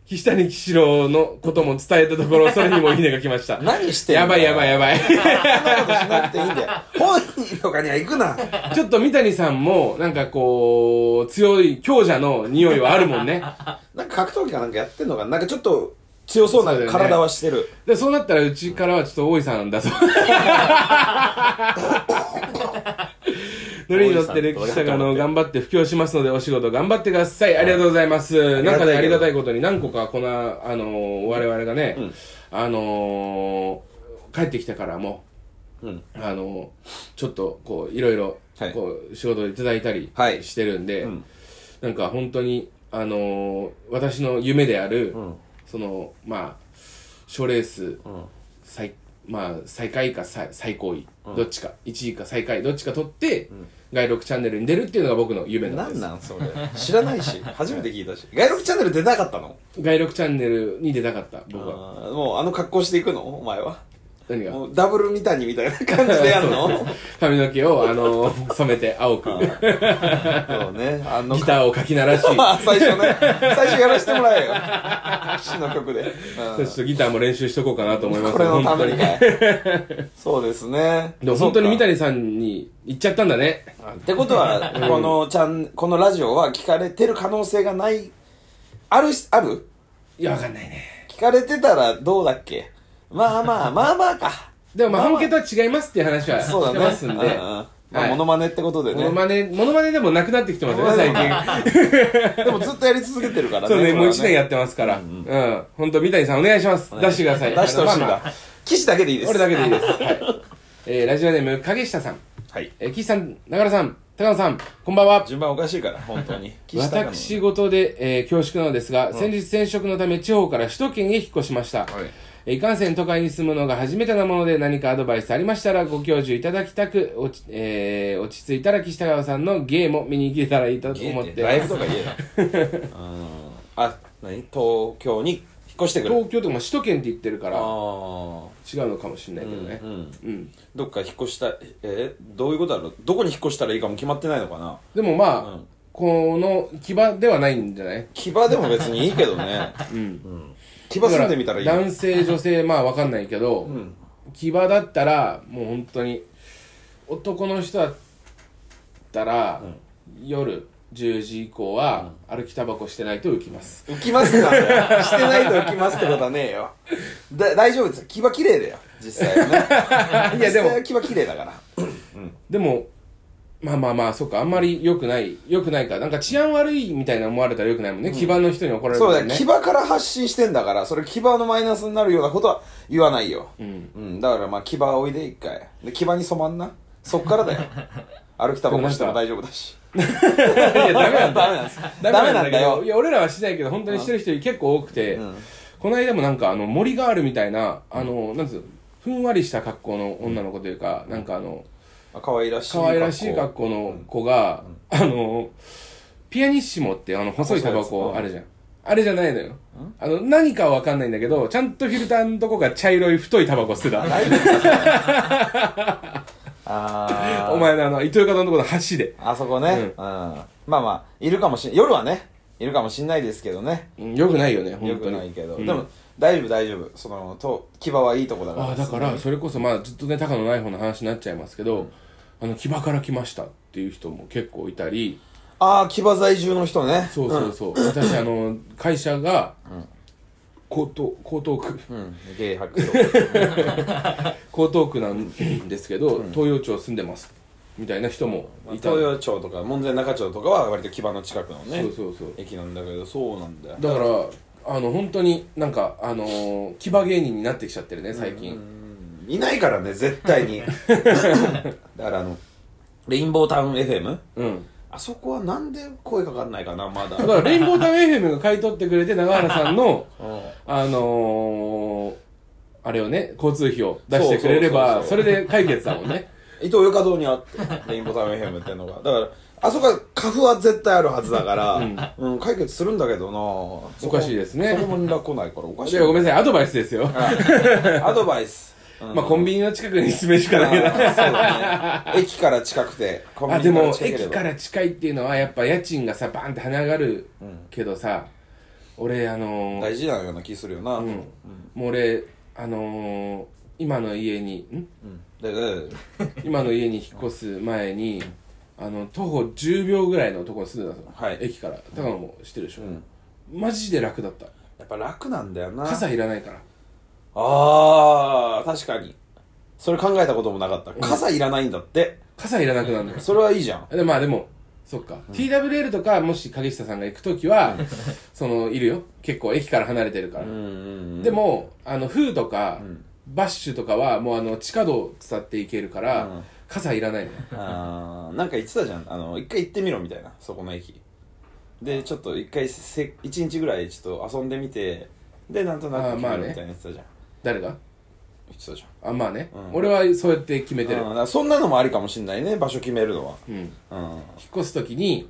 Speaker 2: 岸谷喜四郎のことも伝えたところそれにもいいねが来ました
Speaker 1: 何してんの
Speaker 2: やばいやばいやばい
Speaker 1: そんなことしなくていいんだよ本人とかには行くな
Speaker 2: ちょっと三谷さんもなんかこう強い強者の匂いはあるもんね
Speaker 1: なんか格闘技かなんかやってんのかななんかちょっと強そうな体はしてる、
Speaker 2: でそうなったらうちからはちょっと大井さん だそう乗りに乗ってる岸坂の頑張って布教しますのでお仕事頑張ってくださいありがとうございます、
Speaker 1: り
Speaker 2: な
Speaker 1: がたいけ
Speaker 2: んか
Speaker 1: ど
Speaker 2: ねありがたいことに何個かこのあのー我々がね、
Speaker 1: ん
Speaker 2: あのー帰ってきたからも
Speaker 1: うん
Speaker 2: あのーちょっとこういろいろ
Speaker 1: はい
Speaker 2: こう仕事いただいたり
Speaker 1: はい
Speaker 2: してるんで、
Speaker 1: うん
Speaker 2: なんか本当にあのー私の夢である、
Speaker 1: ん
Speaker 2: そのまあ賞レース
Speaker 1: うん
Speaker 2: 最まあ最下位か最最高位、どっちか1位か最下位どっちか取って、外録チャンネルに出るっていうのが僕の夢なんで
Speaker 1: 何
Speaker 2: す
Speaker 1: なんそれ知らないし初めて聞いたし外録チャンネル出なかったの
Speaker 2: 外録チャンネルに出たかった僕は
Speaker 1: あーもうあの格好していくのお前は
Speaker 2: 何が
Speaker 1: もうダブル三谷みたいな感じでやん の
Speaker 2: 髪の毛を あのー染めて青く
Speaker 1: そうねあの
Speaker 2: ギターをかき鳴らし
Speaker 1: まあ最初ね最初やらせてもらえよ岸の曲で、うん
Speaker 2: ちょっとギターも練習しとこうかなと思います
Speaker 1: これのために
Speaker 2: 本
Speaker 1: かいそうですね
Speaker 2: 当にでも本当に三
Speaker 1: い
Speaker 2: 谷さんに行っちゃったんだね
Speaker 1: ってことはこのちゃんこのラジオは聞かれてる可能性がないあるしある
Speaker 2: いやわかんないね
Speaker 1: 聞かれてたらどうだっけまあまあまあまあか
Speaker 2: でもまあ
Speaker 1: まあまあ
Speaker 2: 本家とは違いますっていう話は
Speaker 1: そうだ
Speaker 2: して
Speaker 1: ね
Speaker 2: ますんで、
Speaker 1: うんうんま
Speaker 2: は
Speaker 1: あ
Speaker 2: い
Speaker 1: モノマネってことで
Speaker 2: モノ
Speaker 1: ね
Speaker 2: マネ、モノマネでもなくなってきてますよね、最近。
Speaker 1: でもずっとやり続けてるからね
Speaker 2: そうね、もう1年
Speaker 1: や
Speaker 2: やってますから。うん。本当三谷さんお願いします。出してください。
Speaker 1: 出してほしいん
Speaker 2: まあ
Speaker 1: だ
Speaker 2: まあ
Speaker 1: 岸だけでいいです
Speaker 2: 俺だけでい いです。はい。えー、ラジオネーム、影下さん。
Speaker 1: はい
Speaker 2: えー、岸さん、長良さん、高野さん、こんばんは。
Speaker 1: 順番おかしいから本当に岸だから
Speaker 2: 私事で、えー恐縮なのですが、先日転職のため地方から首都圏へ引っ越しました。えーいかんせん都会に住むのが初めてなもので何かアドバイスありましたらご教授いただきたく、落ち,、えー落ち着いたら岸高川さんの芸も見に行けたらいいと思ってます。
Speaker 1: ライブとか言えなあ何東京に引っ越してくる
Speaker 2: 東京とかまあ首都圏って言ってるか
Speaker 1: あ
Speaker 2: ら
Speaker 1: あ
Speaker 2: 違うのかもしれないけどね
Speaker 1: う、ん
Speaker 2: うん
Speaker 1: どっか引っ越したえどういうことだろうどこに引っ越したらいいかも決まってないのかな
Speaker 2: でもまあ、
Speaker 1: うん
Speaker 2: この牙ではないんじゃない、
Speaker 1: 騎馬でも別にいいけどね
Speaker 2: うん
Speaker 1: 騎馬住んでみたらいい
Speaker 2: だから
Speaker 1: よ
Speaker 2: 男性女性まあわかんないけど、
Speaker 1: ん
Speaker 2: 牙だったらもう本当に男の人だったら、夜10時以降は歩きタバコしてないと浮き ます、
Speaker 1: 浮きますなんだよしてないと浮きますってことはねえよだ大丈夫ですよ騎馬綺麗だよ実際はね
Speaker 2: いやで
Speaker 1: 実
Speaker 2: も
Speaker 1: 際は騎馬綺麗だから
Speaker 2: でもまあまあまあそっかあんまり良くない良くないかなんか治安悪いみたいな思われたら良くないもんね、牙の人に怒られる
Speaker 1: そ
Speaker 2: も
Speaker 1: うんだ
Speaker 2: ね
Speaker 1: よ騎馬から発信してんだからそれ騎馬のマイナスになるようなことは言わないよ
Speaker 2: うん
Speaker 1: うん、だからまあ牙おいで一回で牙に染まんなそっ からだよ歩きタバコしても大丈夫だし
Speaker 2: いやダメなんだ
Speaker 1: ダメなんですダメなんだ
Speaker 2: けど
Speaker 1: よ
Speaker 2: いや、俺らはしないけど、本当にしてる人結構多くて、
Speaker 1: ん
Speaker 2: この間もなんか、あの、森ガールみたいな、あの、なんつうの、ふんわりした格好の女の子というか、なんかあの、
Speaker 1: あ可愛らしい
Speaker 2: 可愛らしい格好の子が、あの、ピアニッシモってあの、細いタバコあるじゃん。あれじゃないのよ。あの、何かはわかんないんだけど、ちゃんとフィルターのとこが茶色い太いタバコ吸ってた。
Speaker 1: 大丈夫かそれ あー
Speaker 2: お前のあの、糸魚川のとこの橋で。
Speaker 1: あそこね、
Speaker 2: う
Speaker 1: うんんまあまあいるかもしん夜はねいるかもしんないですけどね
Speaker 2: うんよくないよね、本当に。
Speaker 1: よくないけど、
Speaker 2: うん
Speaker 1: でも大丈夫大丈夫そのと牙はいいとこだから
Speaker 2: ああだからそれこそまあずっとね高野ナイフの話になっちゃいますけど、あの騎馬から来ましたっていう人も結構いたり
Speaker 1: ああ、騎馬在住の人ね。
Speaker 2: そうそうそう、私あの会社が江東江東区
Speaker 1: うん。ゲイ白 鳥。
Speaker 2: 江東区なんですけど、東洋町住んでますみたいな人もいた
Speaker 1: 東洋町とか、門前仲町とかは割と騎馬の近くのね
Speaker 2: そう、そうそう
Speaker 1: 駅なんだけど、そうなんだよ。
Speaker 2: だからあの本当になんかあのー騎馬芸人になってきちゃってるね最近、
Speaker 1: いないからね、絶対 に。だからあの、レインボータウン FM?
Speaker 2: うん
Speaker 1: あそこはなんで声かかんないかな、まだ。
Speaker 2: だからレインボータウン FM が買い取ってくれて永原さんの
Speaker 1: うん
Speaker 2: あのー、あれをね交通費を出してくれれば
Speaker 1: そ
Speaker 2: そ
Speaker 1: そうそう
Speaker 2: う
Speaker 1: そう
Speaker 2: れで解決だも んね
Speaker 1: 伊東洋華堂にあって、レインボータウン FM ってのが。だから、あそこは、カフは絶対あるはずだから、うん、解決するんだけどなお
Speaker 2: おかしいですね
Speaker 1: それも連絡来ないから、おかしい。
Speaker 2: いやごめんなさいアドバイスですよ
Speaker 1: はいアドバイス。うん
Speaker 2: まあコンビニの近くに住めしかないけど
Speaker 1: あーそうだね。 駅から近くて、コ
Speaker 2: あ
Speaker 1: ンビ
Speaker 2: で
Speaker 1: ニから
Speaker 2: も
Speaker 1: 近ければ。
Speaker 2: 駅から近いっていうのはやっぱ家賃がさバンって跳ね上がるけどさ、俺あのー
Speaker 1: 大事なような気するよな。
Speaker 2: うん、もう俺あのー、今の家にん
Speaker 1: で、で、
Speaker 2: 今の家に引っ越す前にあの徒歩10秒ぐらいのところに住んでたの、
Speaker 1: はい
Speaker 2: 駅から高野も知ってるでしょ、
Speaker 1: うん
Speaker 2: マジで楽だった
Speaker 1: やっぱ楽なんだよな。
Speaker 2: 傘いらないから
Speaker 1: ああ、確かに。それ考えたこともなかった。傘いらないんだって。
Speaker 2: 傘いらなくなるのよ
Speaker 1: それはいいじゃん。
Speaker 2: でまあでもそっか、TWL とかもし影下さんが行く時はそのいるよ結構駅から離れてるから、
Speaker 1: うんうんうん。
Speaker 2: でもあのフーとか、バッシュとかはもうあの地下道を伝っていけるから、
Speaker 1: うん
Speaker 2: 傘いらないの
Speaker 1: あーなんか言ってたじゃん。あの、一回行ってみろみたいな、そこの駅。で、ちょっと一回せ、一日ぐらいちょっと遊んでみて、で、なんとな
Speaker 2: あ
Speaker 1: く
Speaker 2: ー
Speaker 1: 決
Speaker 2: まあ
Speaker 1: め
Speaker 2: ね
Speaker 1: るみたいな言ってたじゃん。
Speaker 2: 誰が
Speaker 1: 言ってたじゃん。
Speaker 2: あまあね、
Speaker 1: うん
Speaker 2: 俺はそうやって決めてる
Speaker 1: うんだからそんなのもありかもしんないね、場所決めるのは。
Speaker 2: うん
Speaker 1: うん。
Speaker 2: 引っ越す時に、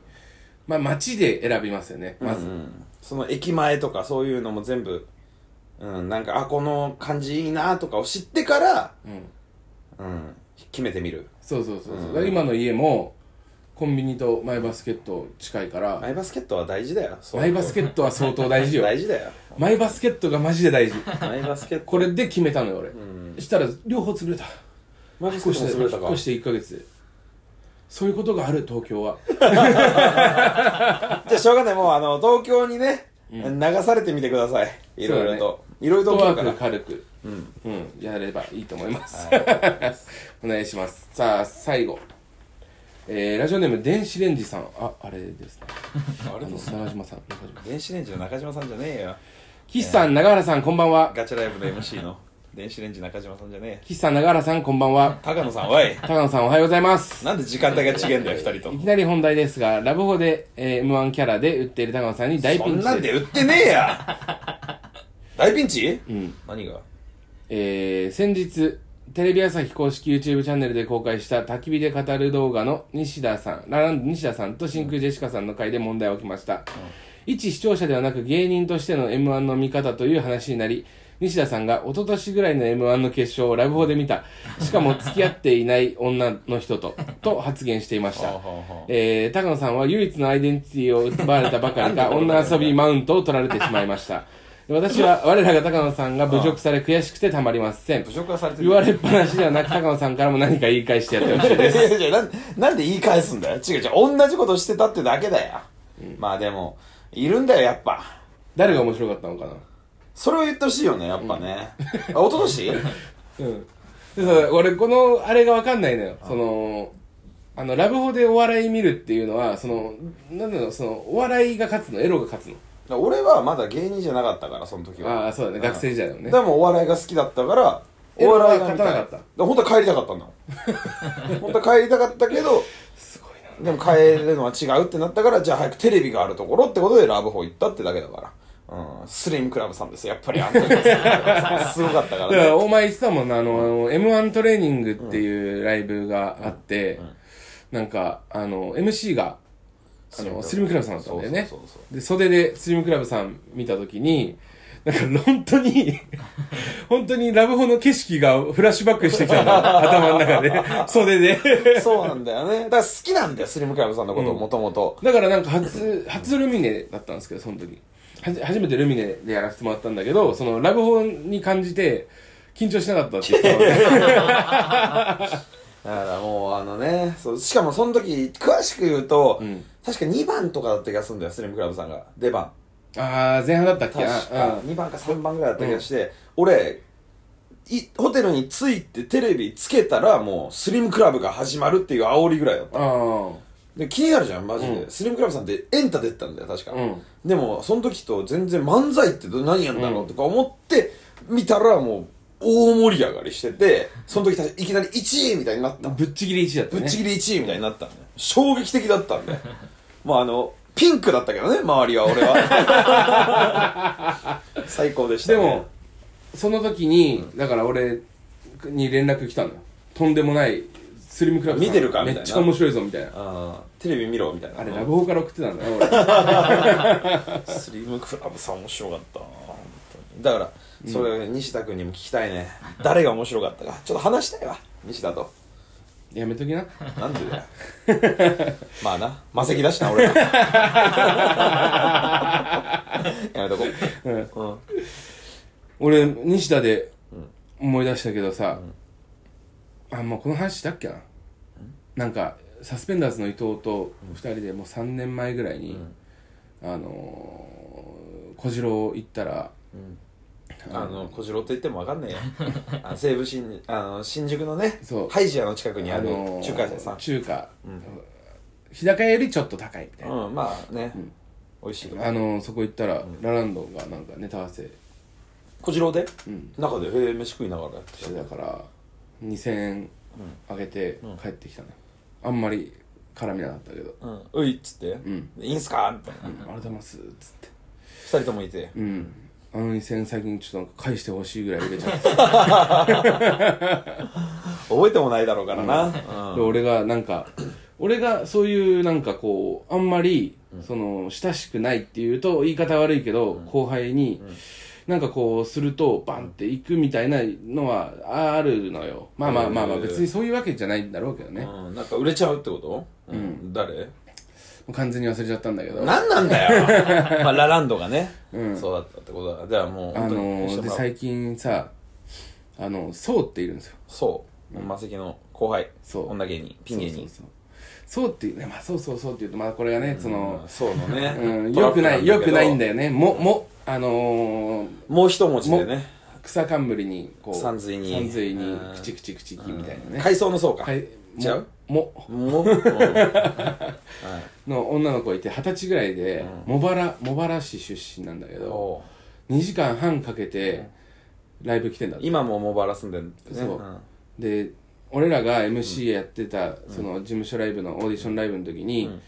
Speaker 2: まあ、街で選びますよねまず、
Speaker 1: うんうんその駅前とかそういうのも全部、うん、なんかあこの感じいいなとかを知ってから、
Speaker 2: うん
Speaker 1: うん、決めてみる
Speaker 2: そうそうそうそう、
Speaker 1: うん
Speaker 2: だから今の家もコンビニとマイバスケット近いから
Speaker 1: マイバスケットは大事だよそう
Speaker 2: マイバスケットは相当大事 よ
Speaker 1: 大事だよ
Speaker 2: マイバスケットがマジで大事
Speaker 1: マイバスケット
Speaker 2: これで決めたのよ俺、
Speaker 1: ん
Speaker 2: したら両方潰れた
Speaker 1: マイバ
Speaker 2: 引っ
Speaker 1: スケ
Speaker 2: 越し
Speaker 1: ッ
Speaker 2: て
Speaker 1: ト
Speaker 2: 引
Speaker 1: も
Speaker 2: っ
Speaker 1: 潰れたか
Speaker 2: 越して1ヶ月でそういうことがある東 京は
Speaker 1: じゃあしょうがないもうあの東京にね、流されてみてくださいいろいろと、いろいろ
Speaker 2: フッ
Speaker 1: と
Speaker 2: トワ
Speaker 1: 思うか
Speaker 2: ー
Speaker 1: ら
Speaker 2: ク軽く、
Speaker 1: うん
Speaker 2: うん、やればいいと思います、
Speaker 1: はい
Speaker 2: お願いしますさあ最後えー、ラジオネーム電子レンジさんああれですね
Speaker 1: あれ
Speaker 2: あの中島さん中島さん
Speaker 1: 電子レンジの中島さんじゃねえよ
Speaker 2: 岸さん永原さんこんばんは
Speaker 1: ガチャライブの MC の電子レンジ中島さんじゃねえ
Speaker 2: 岸さん永原さんこんばんは
Speaker 1: 高野さんおい
Speaker 2: 高野さんおはようございます
Speaker 1: なんで時間帯が違えんだよ二人と
Speaker 2: いきなり本題ですがラブホで、えー、m 1キャラで売っている高野さんに大
Speaker 1: そ
Speaker 2: ピ
Speaker 1: ん
Speaker 2: ンチ
Speaker 1: なんで売ってねえや 大ピンチ、
Speaker 2: ん
Speaker 1: 何が
Speaker 2: えー先日テレビ朝日公式 YouTube チャンネルで公開した焚き火で語る動画の西田さんラランド西田さんと真空ジェシカさんの回で問題が起きました、一視聴者ではなく芸人としての m 1の見方という話になり西田さんが一昨年ぐらいの m 1の決勝をラブホで見たしかも付き合っていない女の人とと発言していまし
Speaker 1: は
Speaker 2: た
Speaker 1: あはあはあ
Speaker 2: えー、高野さんは唯一のアイデンティティを奪われたばかりか女遊びマウントを取られてしまいました私は我らが高野さんが侮辱され悔しくてたまりません
Speaker 1: 侮辱はされてる
Speaker 2: 言われ っぱなしではなく高野さんからも何か言い返してやってほしい
Speaker 1: いやいやいやなんなんで言い返すんだよ違う違う同じことしてたってだけだよ、まあでもいるんだよやっぱ
Speaker 2: 誰が面白かったのかな
Speaker 1: それを言ってほしいよねやっぱね、あ一昨 年
Speaker 2: うんでさ俺このあれが分かんないのよそのあのラブホでお笑い見るっていうのはそのなんだろうそのお笑いが勝つのエロが勝つの
Speaker 1: 俺はまだ芸人じゃなかったからその時は
Speaker 2: ああそうだね、学生時代だもんね
Speaker 1: でもお笑いが好きだったから
Speaker 2: え
Speaker 1: お笑いが見
Speaker 2: 勝たなかった
Speaker 1: だら本当は帰りたかったんだ もん本当は帰りたかったけど
Speaker 2: すごいな
Speaker 1: でも帰るのは違うってなったからじゃあ早くテレビがあるところってことでラブホ行ったってだけだから、うん、スリムクラブさんですよやっぱりあんた がすごかったか
Speaker 2: だからら
Speaker 1: ね
Speaker 2: お前言ってたもんなあの m 1トレーニングっていうライブがあって、なんかあの MC があのスリムクラブさんだったんだよね
Speaker 1: そうそうそう
Speaker 2: で袖でスリムクラブさん見た時になんか本当に 本当にラブホの景色がフラッシュバックしてきたんだよ頭の中で袖で
Speaker 1: そうそうなんだよねだから好きなんだよスリムクラブさんのこともともと
Speaker 2: だからなんか初初ルミネだったんですけどその時はじ初めてルミネでやらせてもらったんだけどそのラブホに感じて緊張しなかったって言ってたのね
Speaker 1: だからもうあのねそうしかもその時詳しく言うと、
Speaker 2: うん
Speaker 1: 確か2番とかだった気がするんだよスリムクラブさんが出番
Speaker 2: ああ前半だったっけ
Speaker 1: 確か
Speaker 2: うん
Speaker 1: 2番か3番ぐらいだった気がして、俺いホテルに着いてテレビつけたらもうスリムクラブが始まるっていう煽りぐらいだった
Speaker 2: あ
Speaker 1: で気になるじゃんマジで、
Speaker 2: うん
Speaker 1: スリムクラブさんってエンタ出てたんだよ確か、
Speaker 2: うん
Speaker 1: でもその時と全然漫才ってど何やんだろうとか思って見たらもう大盛り上がりしててその時確かいきなり1位みたいになった
Speaker 2: あぶっちぎり1だった
Speaker 1: ぶ
Speaker 2: ね
Speaker 1: っちぎり1位みたいになったんで衝撃的だったんで まああのピンクだったけどね周りは俺は 最高でした、
Speaker 2: で
Speaker 1: ね、
Speaker 2: もその時に、だから俺に連絡来たんだよとんでもないスリムクラブさん
Speaker 1: 見てるかみたいな
Speaker 2: めっちゃ面白いぞみたいな
Speaker 1: あーテレビ見ろみたいな
Speaker 2: あれラブホから送ってたんだよ俺
Speaker 1: スリムクラブさん面白かったな本当にだからそれ西田君にも聞きたいね、誰が面白かったかちょっと話したいわ西田と
Speaker 2: やめときな
Speaker 1: なんでだよ まあな魔石だしな俺ら やめとこう、うん、
Speaker 2: 俺西田で思い出したけどさ、あもうこの話したっけな、なんかサスペンダーズの伊藤と2人でもう3年前ぐらいに、あのー、小次郎行ったら
Speaker 1: あの小次郎と言っても分かんねえ よあの西武新あの新宿のね
Speaker 2: そう
Speaker 1: ハイジアの近くにある
Speaker 2: のー
Speaker 1: 中華屋さん、
Speaker 2: 中華、日高屋よりちょっと高いみたいな、
Speaker 1: うんまあね、美味しい
Speaker 2: あのー、そこ行ったら、ラランドがなんかネタ合わせし
Speaker 1: 小次郎で、中でへえ飯食いながらやってた
Speaker 2: てたから2000円あげて帰ってきたのよ、あんまり絡みなかったけど
Speaker 1: うん、ういっつって、いいんすかみたいな、
Speaker 2: 「ありがとうございます」っつって
Speaker 1: 二人ともいて、
Speaker 2: うんあの2000円最近ちょっとなんか返してほしいぐらい入れちゃって
Speaker 1: 覚えてもないだろうからな、うん
Speaker 2: で俺がなんか俺がそういうなんかこうあんまりその親しくないっていうと言い方悪いけど後輩になんかこうするとバンっていくみたいなのはあるのよまあまあまあまあ
Speaker 1: うん
Speaker 2: 別にそういうわけじゃないんだろうけどねも
Speaker 1: うんなんか売れちゃうってこと、うん、誰
Speaker 2: う完全に忘れちゃったんだけど
Speaker 1: 何なんだ よまあラランドがね、そうだったってことだじゃあもう
Speaker 2: あ
Speaker 1: 本当
Speaker 2: の
Speaker 1: に
Speaker 2: ーで
Speaker 1: まあ
Speaker 2: 最近さあのそうっているんですよ
Speaker 1: そうマセキの後輩
Speaker 2: そう
Speaker 1: 女芸人ピン芸人
Speaker 2: そうそうそうそうっていうねまあそうそうそうって言うとまあこれがねその
Speaker 1: うんそうのね、
Speaker 2: うん、よくない、よくないんだ
Speaker 1: よ
Speaker 2: よね。も、も、あのー、
Speaker 1: もう一文字でね
Speaker 2: 草冠に、こう、
Speaker 1: さんずいに
Speaker 2: さんずいに
Speaker 1: う、ん
Speaker 2: くちくちくちきみたいなね。
Speaker 1: 階層の層か、
Speaker 2: はい、
Speaker 1: 違う
Speaker 2: も、も
Speaker 1: もう、うん
Speaker 2: の女の子がいて、二十歳ぐらいで、茂原、茂原市出身なんだけ ど、
Speaker 1: おう
Speaker 2: 2時間半かけて、ライブ来てんだって。
Speaker 1: 今も茂原住んでるんだよね
Speaker 2: そうんで、俺らが MC やってた、その、事務所ライブの、オーディションライブの時に、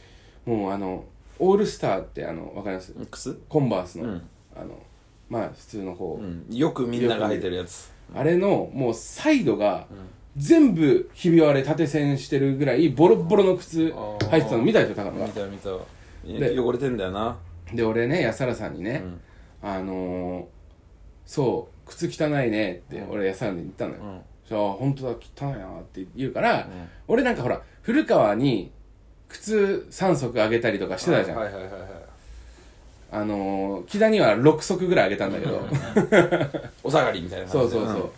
Speaker 2: もう、あの、オールスターって、あの、わかります
Speaker 1: 靴、
Speaker 2: コンバース
Speaker 1: う
Speaker 2: の
Speaker 1: ん、
Speaker 2: あの、まあ、普通のこう
Speaker 1: う、ん、よくみんなが履いてるやつ
Speaker 2: あれのもうサイドが全部ひび割れ縦線してるぐらいボロッボロの靴入ってたの見たでしょ高野が
Speaker 1: 見た見た
Speaker 2: で
Speaker 1: 汚れてんだよな
Speaker 2: で俺ね安原さんにね、あのー、そう靴汚いねって俺安原に言ったのよ、じゃあ本当だ汚いなって言うから、俺なんかほら古川に靴3足あげたりとかしてたじゃん、
Speaker 1: はいはいはいはい
Speaker 2: あのー、木田には6足ぐらいあげたんだけど
Speaker 1: お下がりみたいな
Speaker 2: そう
Speaker 1: 感じで
Speaker 2: そうそう、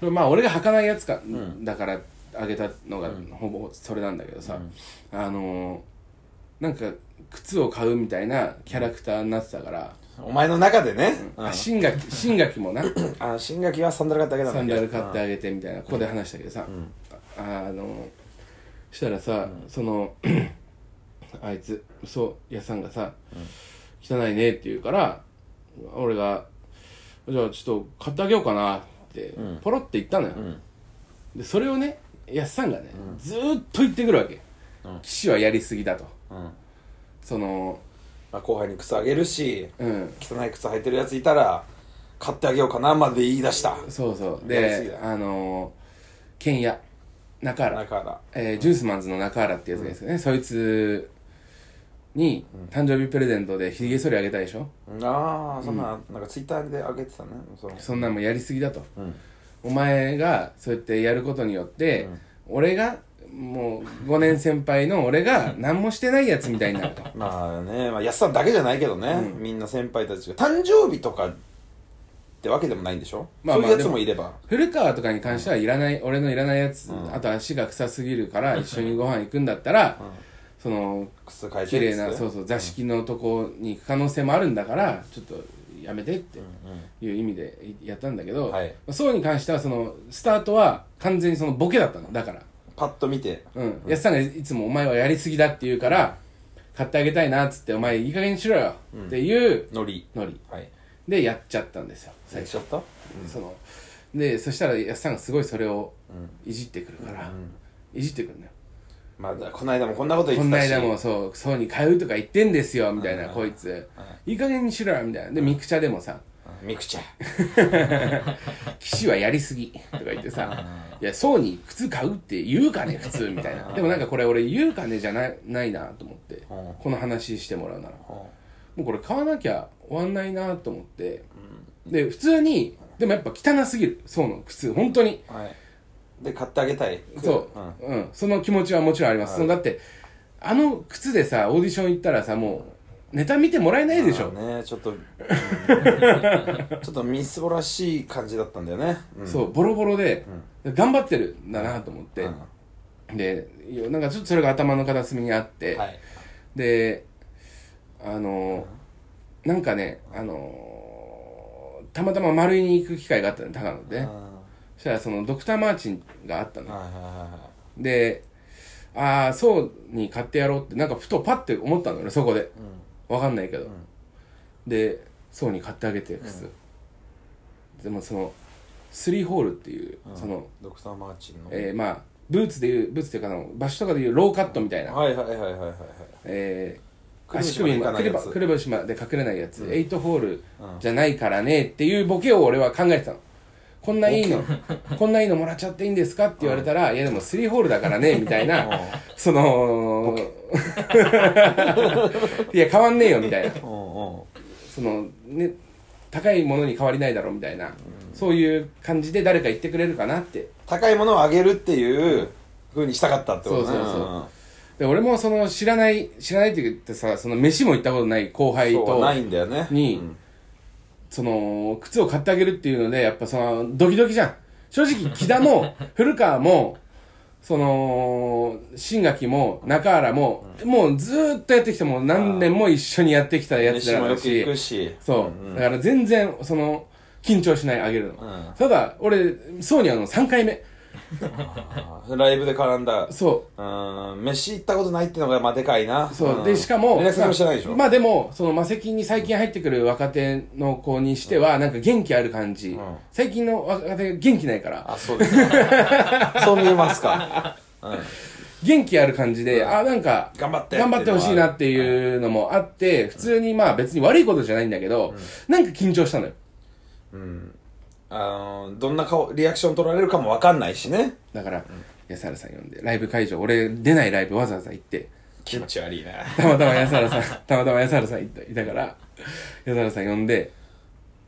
Speaker 2: それまあ俺が履かないやつか、だからあげたのがほぼそれなんだけどさ、あのー、なんか靴を買うみたいなキャラクターになってたから、
Speaker 1: うんお前の中でね、うん
Speaker 2: あ新垣新垣もな
Speaker 1: あ新垣はサンダル買ってあげたん
Speaker 2: サ
Speaker 1: だ
Speaker 2: ン
Speaker 1: けど
Speaker 2: ダル買ってあげてみたいなここで話したけどさ、ああのー、したらさ、その あいつそうやさんがさ、汚いねって言うから俺がじゃあちょっと買ってあげようかなって、ポロって言ったのよ、
Speaker 1: ん
Speaker 2: でそれをねやっさんがね、ずーっと言ってくるわけ、騎士はやりすぎだと
Speaker 1: うんま
Speaker 2: その
Speaker 1: あ、後輩に靴あげるし
Speaker 2: うん
Speaker 1: 汚い靴履いてるやついたら買ってあげようかなまで言い出した
Speaker 2: そうそう
Speaker 1: やりすぎ
Speaker 2: で
Speaker 1: だ
Speaker 2: あのー、剣屋中
Speaker 1: だ
Speaker 2: 原、
Speaker 1: から
Speaker 2: えージュースマンズの中原ってやつがいいですよね、そいつに誕生日プレゼントでひげ剃りあげたでしょ、
Speaker 1: ああそんな、なんかツイッターであげてたねその
Speaker 2: そんなんもうやりすぎだと、
Speaker 1: ん
Speaker 2: お前がそうやってやることによって、俺がもう5年先輩の俺が何もしてないやつみたいになると
Speaker 1: まあね、まあ、安さんだけじゃないけどね、みんな先輩たちが誕生日とかってわけでもないんでしょ、
Speaker 2: まあま
Speaker 1: そ
Speaker 2: あ
Speaker 1: ういうやつもいれば
Speaker 2: 古川とかに関してはいらない、俺のいらないやつ、あと足が臭すぎるから一緒にご飯行くんだったら、その、
Speaker 1: 靴変えてっつ
Speaker 2: 綺
Speaker 1: って
Speaker 2: 麗な、そうそう、座敷のとこに行く可能性もあるんだから、ちょっとやめてっていう意味でやったんだけど、
Speaker 1: はい
Speaker 2: まあそうに関しては、その、スタートは完全にそのボケだったの、だから。
Speaker 1: パッと見て
Speaker 2: うん。やっさんがいつもお前はやりすぎだって言うから、買ってあげたいなっつって、お前いい加減にしろよっていう
Speaker 1: ノリ
Speaker 2: ノリ。
Speaker 1: はい
Speaker 2: で、やっちゃったんですよ、最
Speaker 1: 最
Speaker 2: 初
Speaker 1: 初。と
Speaker 2: そのでそしたらやっさんがすごいそれをいじってくるから、いじってくるんだよ
Speaker 1: まあこの間もこんなこと言
Speaker 2: こ
Speaker 1: って
Speaker 2: んな
Speaker 1: たし
Speaker 2: 間もそうそうに買うとか言ってんですよみたいなこいついい加減にしろよみたいなでミクチャでもさ
Speaker 1: ミクチャ
Speaker 2: 「騎士はやりすぎ」とか言ってさ「いやそうに靴買うって言うかね普通」みたいなでもなんかこれ俺言うかねじゃないないなと思って
Speaker 1: うん
Speaker 2: この話してもらうなら
Speaker 1: うん
Speaker 2: もうこれ買わなきゃ終わんないなと思ってで普通にでもやっぱ汚すぎるそうの靴本当に
Speaker 1: はいで買ってあげたい
Speaker 2: そう、
Speaker 1: ん
Speaker 2: うん、その気持ちはもちろんあります。そのだって、あの靴でさ、オーディション行ったらさ、もう、ネタ見てもらえないでしょ。
Speaker 1: まあねちょっ と、うんちょっとみすぼらしい感じだったんだよね、うん
Speaker 2: そう、ボロボロで、頑張ってるんだなと思って。
Speaker 1: うん
Speaker 2: で、いやなんかちょっとそれが頭の片隅にあって、
Speaker 1: はい
Speaker 2: で、あの、なんかね、あの、たまたま丸井に行く機会があったの、高野で
Speaker 1: うん
Speaker 2: ね。
Speaker 1: は
Speaker 2: そしたら、その、ドクター・マーチンがあった
Speaker 1: い
Speaker 2: の。
Speaker 1: はいは
Speaker 2: で、ああ、そうに買ってやろうって、なんかふとパッて思ったのよね、そこで。わかんないけど。で、そうに買ってあげて、靴。でもその、スリーホールっていう、
Speaker 1: いはい
Speaker 2: その、
Speaker 1: ドクター・マーチンの、
Speaker 2: えー、まあ、ブーツでいう、ブーツっていうかあの、場所とかでいうローカットみたいな、
Speaker 1: はいはいはいはいはいはい
Speaker 2: えー、
Speaker 1: くるぶし
Speaker 2: 足
Speaker 1: まで
Speaker 2: 首
Speaker 1: いか
Speaker 2: ま
Speaker 1: ない
Speaker 2: で
Speaker 1: やつ
Speaker 2: くるぶしまで隠れないやつ、エイトホールじゃないからねっていうボケを俺は考えてたの。こんないいの、 こんないいのもらっちゃっていいんですかって言われたら、いやでもスリーホールだからね、みたいな、その、 いや変わんねえよ、みたいな。
Speaker 1: うんうん
Speaker 2: そのね高いものに変わりないだろうみたいな、そういう感じで誰か言ってくれるかなって
Speaker 1: 高いものをあげるっていうふうにしたかったってことね
Speaker 2: そうそうそうで俺もその知らない知らないって言ってさその飯も行ったことない後輩
Speaker 1: んそう
Speaker 2: と
Speaker 1: ないんだよね
Speaker 2: に、
Speaker 1: うん
Speaker 2: その靴を買ってあげるっていうのでやっぱそのドキドキじゃん正直木田も 古川もその新垣も中原も、もうずーっとやってきてもう何年も一緒にやってきたやつ
Speaker 1: 飯
Speaker 2: ら
Speaker 1: もよ
Speaker 2: だ
Speaker 1: く
Speaker 2: し
Speaker 1: 行くし
Speaker 2: そう、だから全然その緊張しないあげるの、
Speaker 1: うん
Speaker 2: ただ俺ソーニャの3回目
Speaker 1: あーライブで絡んだ
Speaker 2: そう
Speaker 1: ーん飯行ったことないってのがまあでかいな
Speaker 2: そう、
Speaker 1: ん
Speaker 2: でしかも
Speaker 1: 連絡先もしてないでしょ
Speaker 2: まあでもそのマセキに最近入ってくる若手の子にしては、なんか元気ある感じ、
Speaker 1: ん
Speaker 2: 最近の若手が元気ないから
Speaker 1: あそうです かそう見えますか
Speaker 2: 元気ある感じで、あなんか
Speaker 1: 頑張って
Speaker 2: 頑張ってほしいなっていうのもあって、普通にまあ別に悪いことじゃないんだけど、なんか緊張したのよ
Speaker 1: あのーどんな顔リアクション取られるかもわかんないしね
Speaker 2: だから、安原さん呼んでライブ会場俺出ないライブわざわざ行って
Speaker 1: 気持ち悪いな
Speaker 2: たまたま安原さん、 たまたま安原さんいたいたから、安原さん呼んで、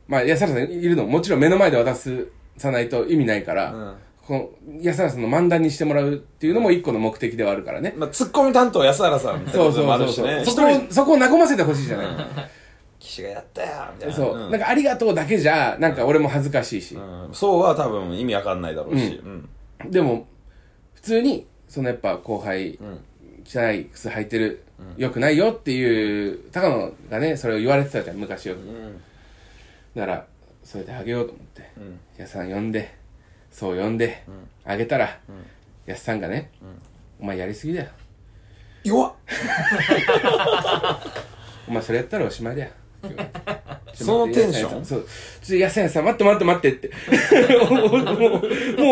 Speaker 2: まあ安原さんいるのももちろん目の前で渡すさないと意味ないから、
Speaker 1: ん
Speaker 2: この安原さんの漫談にしてもらうっていうのも一個の目的ではあるからね。
Speaker 1: まあツッコミ担当安原さんって
Speaker 2: そ
Speaker 1: こ
Speaker 2: う
Speaker 1: と
Speaker 2: そう
Speaker 1: もあ
Speaker 2: そ
Speaker 1: る
Speaker 2: う
Speaker 1: し
Speaker 2: そう、
Speaker 1: ね
Speaker 2: そこ
Speaker 1: 一人
Speaker 2: を、そこを和ませてほしいじゃない。
Speaker 1: 岸がやったよみたいな
Speaker 2: そう、
Speaker 1: ん
Speaker 2: なんかありがとうだけじゃ、なんか俺も恥ずかしいし。
Speaker 1: うんそうは多分意味わかんないだろうし、うん
Speaker 2: でも、普通に、そのやっぱ後輩、汚い靴履いてる、よくないよっていう、高野がね、それを言われてたじゃん、昔よく。だから、それであげようと思って、やすさん呼んで、そう呼んで、あげたら、やすさんがね、お前やりすぎだよ。
Speaker 1: 弱っ
Speaker 2: お前それやったらおしま いだよ。
Speaker 1: そのテンション
Speaker 2: そう。ちょ、やすやさん、待って待って待ってって。もう、も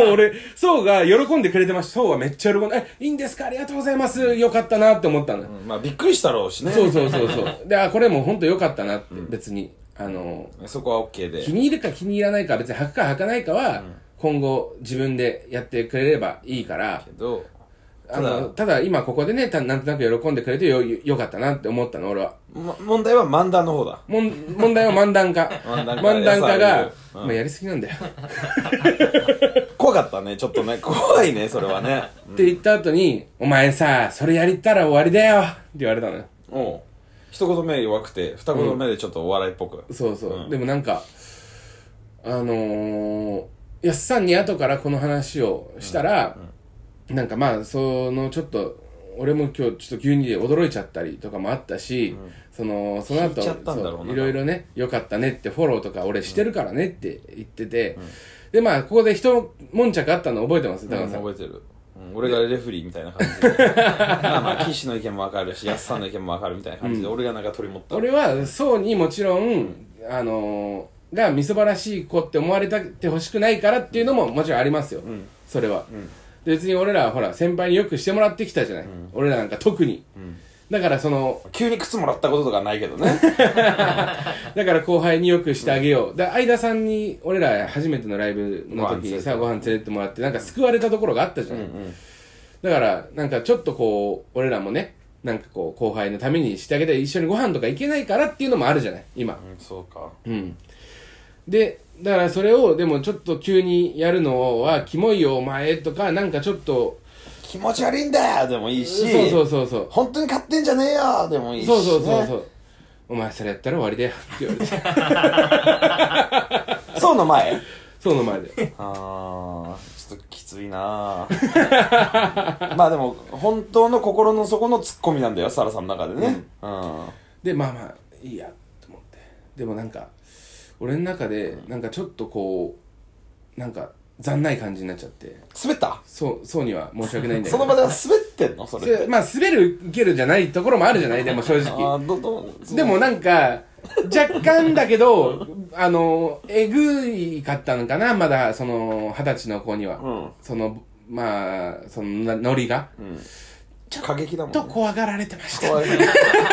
Speaker 2: う俺、そうが喜んでくれてました。そうはめっちゃ喜んで、え、いいんですかありがとうございます。よかったなって思ったのよ。
Speaker 1: まあびっくりしたろうしね
Speaker 2: そうそうそうそう。で、あ、これもうほんとよかったなって、別に。あの、
Speaker 1: そこは OK で
Speaker 2: 気に入るか気に入らないか、別に履くか履かないかは、今後自分でやってくれればいいから、
Speaker 1: けど
Speaker 2: あ
Speaker 1: ただ
Speaker 2: の、ただ今ここでね、たなんとなく喜んでくれてよ、よよかったなって思ったの、俺は。
Speaker 1: ま問題は漫談の方だ
Speaker 2: もん問題は漫談家。
Speaker 1: 漫談家
Speaker 2: 漫談家
Speaker 1: や
Speaker 2: が
Speaker 1: さ、
Speaker 2: まあやりすぎなんだよ。
Speaker 1: 怖かったねちょっとね怖いねそれはね
Speaker 2: って言った後に、お前さ、それやりたら終わりだよって言われたのよ。
Speaker 1: おう一言目弱くて二言目でちょっとお笑いっぽく、
Speaker 2: そうそう。でもなんか、あのー、やっさんに後からこの話をしたら、なんかまあ、そのちょっと、俺も今日ちょっと牛乳で驚いちゃったりとかもあったし、その、その後、
Speaker 1: 引いちゃったんだろうな
Speaker 2: そういろいろね、良かったねってフォローとか俺してるからねって言ってて、でまあ、ここで一悶着あったの覚えてます高野さん。
Speaker 1: 覚えてる、うん俺がレフェリーみたいな感じでまあまあ岸の意見もわかるし安さんの意見もわかるみたいな感じで、俺がなんか取り持った
Speaker 2: 俺はそうにもちろん、あのーがみそばらしい子って思われたってほしくないからっていうのももちろんありますよ、
Speaker 1: ん
Speaker 2: それは、で別に俺らはほら先輩によくしてもらってきたじゃない、俺らなんか特に、だからその
Speaker 1: 急に靴もらったこととかないけどね
Speaker 2: だから後輩によくしてあげよう、で相田さんに俺ら初めてのライブの時にさご
Speaker 1: ご
Speaker 2: 飯連れてってもらってなんか救われたところがあったじゃない、だからなんかちょっとこう俺らもねなんかこう後輩のためにしてあげて一緒にご飯とか行けないからっていうのもあるじゃない今、
Speaker 1: うんそうか
Speaker 2: うん。で、だからそれを、でもちょっと急にやるのは、キモいよお前とか、なんかちょっと、
Speaker 1: 気持ち悪いんだよでもいいし
Speaker 2: そうそうそうそう。
Speaker 1: 本当に買ってんじゃねえよでもいいし、ね、
Speaker 2: そうそうそうそう。お前それやったら終わりだよって言われて、
Speaker 1: そうの前
Speaker 2: その前で。
Speaker 1: あーちょっときついな あまあでも本当の心の底のツッコミなんだよサラさんの中でねうん、
Speaker 2: で、まあまあ、いいや、と思って。でもなんか、俺の中で、なんかちょっとこう、なんか、残ない感じになっちゃって、
Speaker 1: 滑った
Speaker 2: そう、そうには申し訳ないんだけ
Speaker 1: そ
Speaker 2: ど。
Speaker 1: の場では滑ってんのそれって
Speaker 2: でまあ、滑る、受けるじゃないところもあるじゃないでも正
Speaker 1: あ
Speaker 2: 直。
Speaker 1: ーどどう
Speaker 2: でもなんか、若干だけど、あの、えぐいかったのかな、まだ、その、二十歳の子には。
Speaker 1: うん
Speaker 2: その、まあ、その、なノリが。
Speaker 1: 過激だもん、
Speaker 2: と
Speaker 1: ね、
Speaker 2: 怖がられてました。
Speaker 1: 怖いね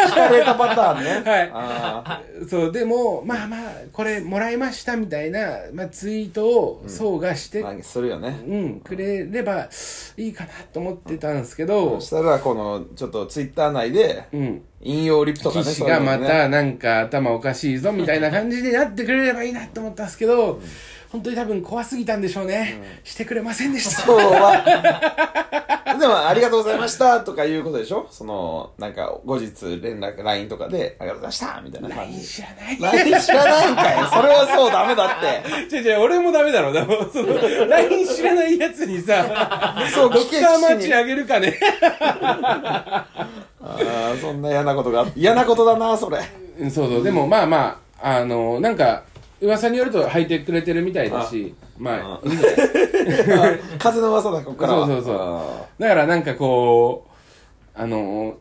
Speaker 1: 聞かれたパターンね
Speaker 2: はい
Speaker 1: あ
Speaker 2: そう、でも、まあまあ、これもらいましたみたいな、まあ、ツイートを、そうがして、
Speaker 1: ー
Speaker 2: う
Speaker 1: ま
Speaker 2: ん、
Speaker 1: あするよね
Speaker 2: くれればいいかなと思ってたんですけど
Speaker 1: そ、したらこのちょっとツイッター内で
Speaker 2: うん。
Speaker 1: 引用リプとかね
Speaker 2: 岸
Speaker 1: そういう
Speaker 2: が
Speaker 1: のね
Speaker 2: またなんか頭おかしいぞみたいな感じになってくれればいいなと思ったんですけど、本当に多分怖すぎたんでしょうね、してくれませんで した
Speaker 1: そうはでも、ありがとうございましたとかいうことでしょその、なんか、後日連絡、LINE とかで、ありがとうございましたみたいな感
Speaker 2: LINE
Speaker 1: じ。
Speaker 2: 知らない
Speaker 1: LINE 知らないんかいそれはそうダメだって。
Speaker 2: 違う違う俺もダメだろうなもうそ の LINE 知らないやつに さ
Speaker 1: そう、
Speaker 2: ド
Speaker 1: 聞
Speaker 2: クタ
Speaker 1: け
Speaker 2: ーマ
Speaker 1: 聞
Speaker 2: ッ
Speaker 1: け
Speaker 2: チ
Speaker 1: に。
Speaker 2: あげるかね
Speaker 1: あーそんな嫌なことが、嫌なことだな、それ。
Speaker 2: うん そうそうでもまあまああのなんか噂によると履いてくれてるみたいだしまあいいんじゃない
Speaker 1: 風の噂だ、こっからは。
Speaker 2: そうそうそう
Speaker 1: あ
Speaker 2: だからなんかこう、あの、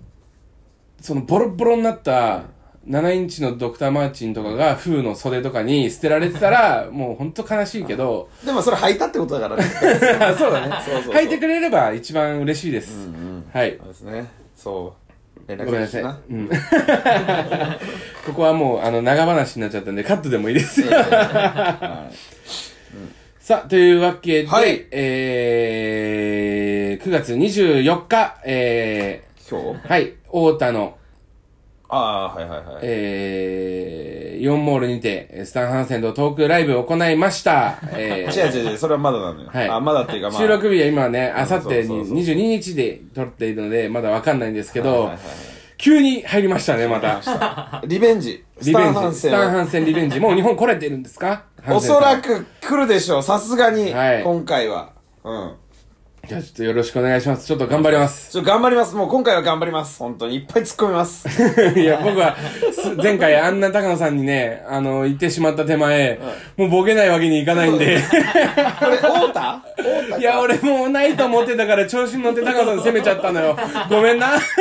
Speaker 2: そのボロボロになった7インチのドクターマーチンとかが風の袖とかに捨てられて たら、もうほんと悲しいけど、
Speaker 1: ーでも、それ履いたってことだからね。
Speaker 2: そうだね
Speaker 1: そうそうそう
Speaker 2: 履いてくれれば一番嬉しいです。はい
Speaker 1: そ。うですね。そう。連
Speaker 2: ご
Speaker 1: 絡
Speaker 2: めんなさい。
Speaker 1: 先
Speaker 2: うん、 ここはもうあの長話になっちゃったんでカットでもいいですよ。 さあ、というわけで、
Speaker 1: はい
Speaker 2: えー、9月24日、え
Speaker 1: 今日
Speaker 2: ー、はい、太田の
Speaker 1: ああ、はいはいはい。
Speaker 2: えー、4モールにて、えースタンハンセンとトークライブを行いました。えー
Speaker 1: 違う違う違う、それはまだなのよ。
Speaker 2: はい
Speaker 1: あ、まだっていうか、 まあ。
Speaker 2: 収録日は今ね、あさって
Speaker 1: そう
Speaker 2: に
Speaker 1: そうそう
Speaker 2: 22日で撮っているので、まだわかんないんですけ
Speaker 1: はい
Speaker 2: ど
Speaker 1: はい、
Speaker 2: 急に入りましたね、また。
Speaker 1: はいリベンジ。ス
Speaker 2: リ
Speaker 1: タ
Speaker 2: ベ
Speaker 1: ンハ
Speaker 2: ン
Speaker 1: ン
Speaker 2: ジ。
Speaker 1: セ
Speaker 2: ス
Speaker 1: ン
Speaker 2: タンハンセンリベンジ。もう日本来れてるんですか
Speaker 1: おそら。
Speaker 2: ハンセン
Speaker 1: く来るでしょう、さすがに、
Speaker 2: はい
Speaker 1: 今回は。うん。
Speaker 2: さんじゃあちょっとよろしくお願いします。ちょっと頑張り ます。
Speaker 1: ちょっと頑張ります。もう今回は頑張ります。本当に。いっぱい突っ込み ます。
Speaker 2: いや、僕は、す前回あんな高野さんにね、あの、言ってしまった手前、もうボケないわけにいかない んで。
Speaker 1: これ、太田太田
Speaker 2: いや、俺もうないと思ってたから調子に乗って高野さん攻めちゃったのよ。ごめんな。
Speaker 1: 太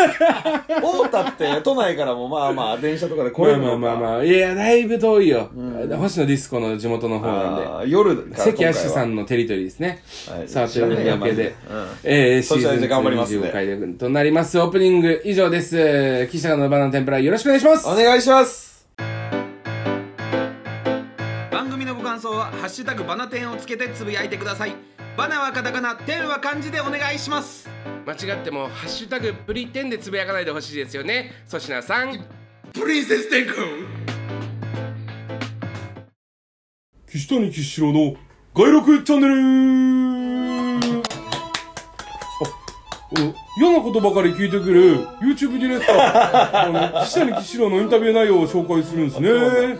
Speaker 1: 田って、都内からもまあまあ、電車とかで来
Speaker 2: ま
Speaker 1: れ
Speaker 2: あ
Speaker 1: る
Speaker 2: まあ
Speaker 1: の
Speaker 2: まあ
Speaker 1: あ
Speaker 2: まあ。いや、だいぶ遠いよ。星野ディスコの地元の方なん
Speaker 1: あー夜から今
Speaker 2: で。
Speaker 1: 回は。
Speaker 2: 関シュさんのテリトリーですね。
Speaker 1: はい
Speaker 2: さあ、というわけで
Speaker 1: うん、
Speaker 2: えーシ
Speaker 1: そ
Speaker 2: ー
Speaker 1: ちら
Speaker 2: ズ
Speaker 1: で
Speaker 2: ン
Speaker 1: 頑張りますんで
Speaker 2: 25回でとなります。オープニング以上です。岸高のバナナ天ぷらよろしくお願いします。
Speaker 1: お願いします。
Speaker 3: 番組のご感想は「ハッシュタグバナテン」をつけてつぶやいてくださいバナはカタカナテンは漢字でお願いします
Speaker 2: 間違っても、ハッシュタグプリテンでつぶやかないでほしいですよね。粗品さん。
Speaker 3: プリンセステン君
Speaker 2: 岸谷岸四郎の外録チャンネル嫌なことばかり聞いてくる YouTube ディレクターあの岸谷岸郎のインタビュー内容を紹介するんですね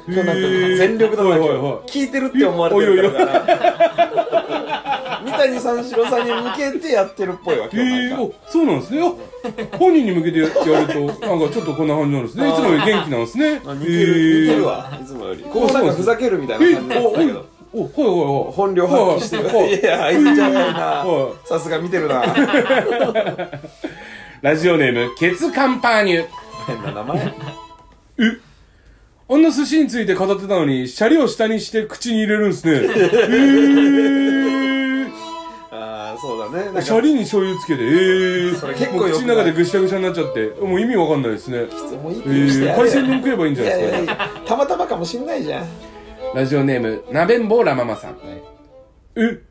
Speaker 1: 今日なんか全力だな、
Speaker 2: はい
Speaker 1: 今
Speaker 2: はい
Speaker 1: 日
Speaker 2: は
Speaker 1: 聞いてるって思われてるからな三谷三四郎さんに向けてやってるっぽいわ
Speaker 2: い
Speaker 1: けよ
Speaker 2: えー、
Speaker 1: なんか
Speaker 2: おそうなんですねあ本人に向けてやる となんかちょっとこんな感じなんですねいつもより元気なんですね
Speaker 1: あ似てる似てるわいつもよりこうなんかふざけるみたいな感じだったけど
Speaker 2: おおはいはいはい
Speaker 1: 本領発揮して
Speaker 2: はいはい
Speaker 1: るいやいいんじゃないな
Speaker 2: はい
Speaker 1: さすが見てるな
Speaker 2: ラジオネームケツカンパーニュ
Speaker 1: 変な名前
Speaker 2: あんな寿司について語ってたのにシャリを下にして口に入れるんですね えー
Speaker 1: ああそうだねなんか
Speaker 2: シャリに醤油つけてえー
Speaker 1: それ結構よくない
Speaker 2: もう口の中でぐしゃぐしゃになっちゃってもう意味わかんないですね
Speaker 1: もういい
Speaker 2: え
Speaker 1: 気にして
Speaker 2: ー、
Speaker 1: や
Speaker 2: 海
Speaker 1: れ
Speaker 2: 鮮丼食えばいいんじゃ
Speaker 1: い
Speaker 2: ない
Speaker 1: や
Speaker 2: で
Speaker 1: い
Speaker 2: すか
Speaker 1: やいやたまたまかもしんないじゃん
Speaker 2: ラジオネーム、なべんぼうらママさん。え、デ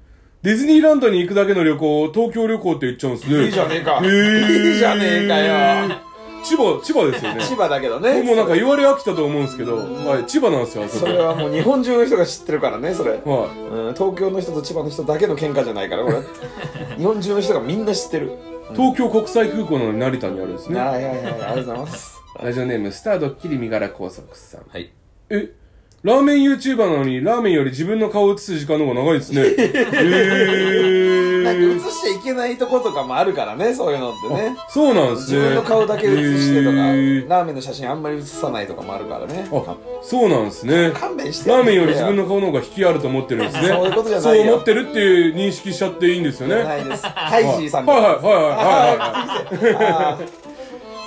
Speaker 2: ィズニーランドに行くだけの旅行を東京旅行って言っちゃうんすね。
Speaker 1: いいじゃねえか
Speaker 2: へー
Speaker 1: いいじゃねえかよ。
Speaker 2: 千葉、千葉ですよね。
Speaker 1: 千葉だけどね
Speaker 2: 僕もなんか言われ飽きたと思うんですけど、はい、千葉なんですよ、あそ
Speaker 1: そ
Speaker 2: こ。
Speaker 1: れはもう日本中の人が知ってるからねそれ
Speaker 2: は
Speaker 1: うん、東京の人と千葉の人だけの喧嘩じゃないからこ れ日本中の人がみんな知ってる
Speaker 2: い。東京国際空港なのに成田にあるんで
Speaker 1: はい
Speaker 2: すね。
Speaker 1: はいはいありがとうございます
Speaker 2: ラジオネーム、スタードッキリ身柄拘束さん。
Speaker 1: はい
Speaker 2: え、ラーメン YouTuber なのに、ラーメンより自分の顔を映す時間の方が長いで すね。え
Speaker 1: なんか
Speaker 2: ー
Speaker 1: 映。しちゃいけないとことかもあるからねそういうのってね
Speaker 2: そうなんです
Speaker 1: 自
Speaker 2: ね。
Speaker 1: 分の顔だけ写してとか、
Speaker 2: へー
Speaker 1: ラーメンの写真あんまり写さないとかもあるからね
Speaker 2: あ、そうなんですね。
Speaker 1: 勘弁して
Speaker 2: ラ
Speaker 1: よ
Speaker 2: ーメンより自分の顔の方が引きあると思ってるんですね。
Speaker 1: そういうことじゃないよ
Speaker 2: そう思ってるっていう認識しちゃっていいんですよね。はい
Speaker 1: ないですハイジーさんと
Speaker 2: は
Speaker 1: か
Speaker 2: いはいはいはいは
Speaker 1: あー
Speaker 2: い。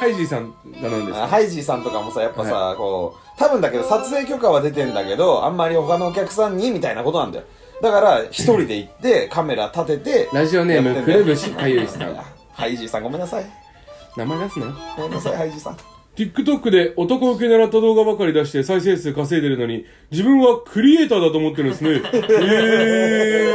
Speaker 2: ハイジーさんが何です
Speaker 1: あ
Speaker 2: か
Speaker 1: ハイジーさんとかもさやっぱさ、こう多分だけど撮影許可は出てんだけどあんまり他のお客さんにみたいなことなんだよだから一人で行 ってカメラ立てて
Speaker 2: ラジオネーム、くるぶしかゆいさん。
Speaker 1: ハイジーさんごめんなさい
Speaker 2: 名前出すな。
Speaker 1: ごめんなさいハイジーさん
Speaker 2: TikTok で男受け狙った動画ばかり出して再生数稼いでるのに、自分はクリエイターだと思ってるんです ね。へー。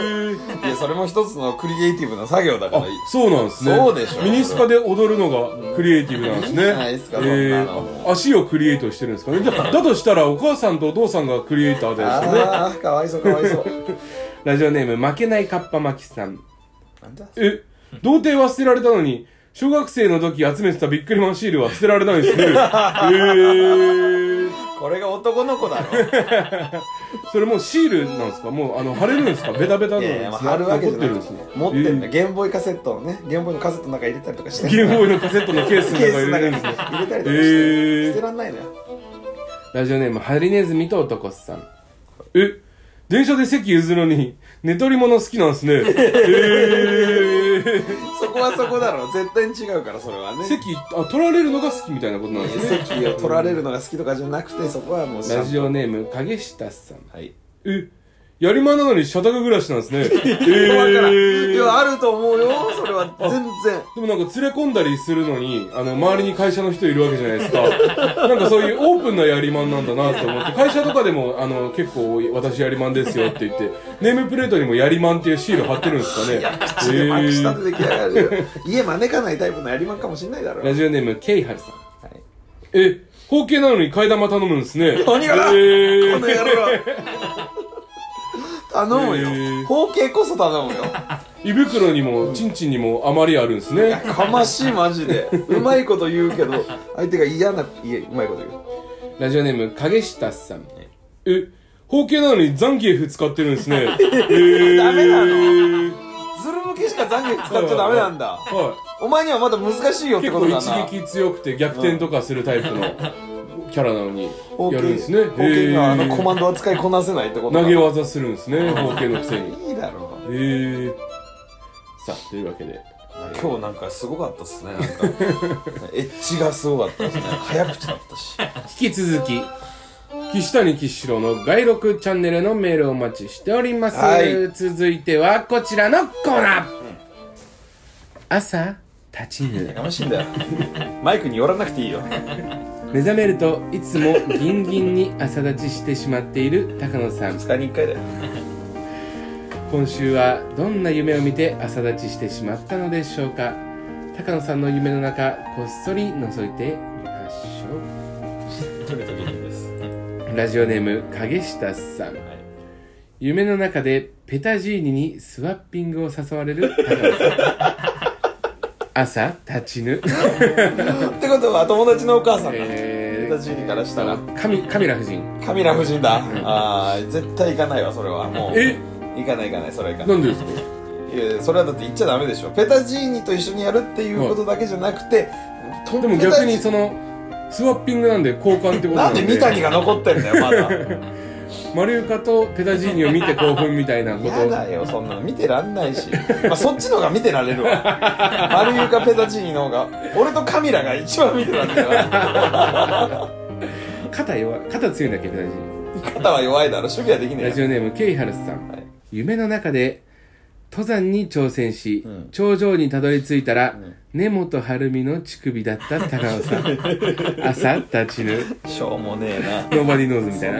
Speaker 1: いやそれも一つのクリエイティブな作業だからいい
Speaker 2: そうなんですね。
Speaker 1: そうでしょ
Speaker 2: ミニスカで踊るのがクリエイティブなんです ね。
Speaker 1: いいじゃないですかそんなの
Speaker 2: あ足をクリエイトしてるんですかね。だだとしたらお母さんとお父さんがクリエイターですよね。
Speaker 1: ああかわいそうかわいそう
Speaker 2: ラジオネーム、負けないカッパ巻きさん。
Speaker 1: なんだ
Speaker 2: え、童貞は捨てられたのに、小学生の時集めてたびっくりマンシールは捨てられない んですね。えー。
Speaker 1: これが男の子だろ
Speaker 2: それもうシールなんですかもう、あの、貼れるんですかベタベタの
Speaker 1: い
Speaker 2: で
Speaker 1: やいや
Speaker 2: すね
Speaker 1: まあ貼るわけじゃなく
Speaker 2: 残っててるんですね
Speaker 1: 持ってんだ
Speaker 2: え
Speaker 1: よゲームボーイカセットをねゲームボーイのカセットの中に入れたりとかして
Speaker 2: ーゲームボーイのカセットのケースの
Speaker 1: ケ
Speaker 2: 中
Speaker 1: ー
Speaker 2: に
Speaker 1: スの
Speaker 2: 入れ
Speaker 1: 中
Speaker 2: るん
Speaker 1: に
Speaker 2: ですね。
Speaker 1: 入れたりとかして、
Speaker 2: えー
Speaker 1: 捨て。らんないのよ
Speaker 2: ラジオネーム、ハリネズミと男さん。え、電車で席譲るのに、寝取り物好きなんすね。え ー、
Speaker 1: そこはそこだろ絶対に違うからそれはね
Speaker 2: 席あ、取られるのが好きみたいなことなんですね。
Speaker 1: 席を取られるのが好きとかじゃなくてそこはもう
Speaker 2: ラジオネーム、影下さん。
Speaker 1: はい
Speaker 2: え、やりまんなのに社宅暮らしなんです ね。え
Speaker 1: 分からんい
Speaker 2: ー、
Speaker 1: やあると思うよそれは全然
Speaker 2: でもなんか連れ込んだりするのに、あの、周りに会社の人いるわけじゃない ですか。なんかそういうオープンなやりまんなんだなって思って、会社とかでも、あの、結構私やりまんですよって言って、ネームプレートにもやりまんっていうシール貼ってるんですかね。
Speaker 1: 口でまくしたて
Speaker 2: え
Speaker 1: 出来上がるよ家招かないタイプのやりまんかもしんないだろ
Speaker 2: ーラジオネーム、ケイハルさん。
Speaker 1: はい
Speaker 2: え、包茎なのに替え玉頼むんですね。
Speaker 1: 何がだ
Speaker 2: えー
Speaker 1: この野郎頼む
Speaker 2: えー
Speaker 1: よ包茎こそ頼むよ
Speaker 2: 胃袋にも、チンチンにも余りあるんですね。
Speaker 1: かましいマジでうまいこと言うけど相手が嫌ないやうまいこと言う
Speaker 2: ラジオネーム、影下さん。え、包茎なのにザンギエフ使ってるんですね。えー
Speaker 1: ダメなのズル向けしか残虐使っちゃダメなんだ
Speaker 2: はい。
Speaker 1: お前にはまだ難しいよって
Speaker 2: 結
Speaker 1: こと
Speaker 2: 構
Speaker 1: だな
Speaker 2: 一撃強くて逆転とかするタイプ のキャラなのにやるんですね。
Speaker 1: 後継があのコ
Speaker 2: へ
Speaker 1: マンドは使いこなせないってこ
Speaker 2: ー
Speaker 1: とな
Speaker 2: 投げ技するんですね、冒険のくせに。へ
Speaker 1: いいだろう
Speaker 2: え。さあ、というわけで。
Speaker 1: 今日なんかすごかったっすねなんかエッジがすごかったですね早口だったし
Speaker 2: 引き続き、岸谷岸郎の外録チャンネルのメールをお待ちしております。
Speaker 1: はい
Speaker 2: 続いてはこちらのコーナー、朝、立ちぬ。
Speaker 1: やましいんだよマイクに寄らなくていいよ
Speaker 2: 目覚めるといつもギンギンに朝立ちしてしまっている高野さん。
Speaker 1: 2日に1回だよ
Speaker 2: 今週はどんな夢を見て朝立ちしてしまったのでしょうか高野さんの夢の中こっそり覗いてみましょ
Speaker 1: 撮るときにです
Speaker 2: うラジオネーム影下さん
Speaker 1: はい
Speaker 2: 夢の中 でペタジーニにスワッピングを誘われる高野さん朝立ちぬ
Speaker 1: ってことは友達のお母さんだ、
Speaker 2: え
Speaker 1: 友達からしたら
Speaker 2: 神カミラ夫人
Speaker 1: カミラ夫人だ、あー絶対行かないわそれはもう
Speaker 2: え
Speaker 1: 行かない行かないそれは行か
Speaker 2: な
Speaker 1: ない
Speaker 2: んでですか
Speaker 1: いやいやそれはだって言っちゃダメでしょペタジーニと一緒にやるっていうことだけじゃなくて、と
Speaker 2: でも逆にそのスワッピングなんで交換ってこと
Speaker 1: な
Speaker 2: なんん
Speaker 1: で
Speaker 2: で
Speaker 1: 三谷が残ってんだよまだ
Speaker 2: マリウカとペタジーニを見て興奮みたいなこと
Speaker 1: 嫌だよそんなの見てらんないし、まあ、そっちの方が見てられる わマリウカ・ペタジーニの方が俺とカミラが一番見てられるわ
Speaker 2: 肩弱い肩強いんだっけペタジー
Speaker 1: 肩は弱いだろ守備はでき
Speaker 2: ニ
Speaker 1: ね
Speaker 2: ラジ
Speaker 1: え
Speaker 2: オネームケイハルスさん、
Speaker 1: はい
Speaker 2: 夢の中で登山に挑戦し、
Speaker 1: うん
Speaker 2: 頂上にたどり着いたら、
Speaker 1: ん
Speaker 2: 根本晴美の乳首だった高尾さ ん朝立ちぬ
Speaker 1: よしょうもねえな
Speaker 2: ノーバディノーズみたい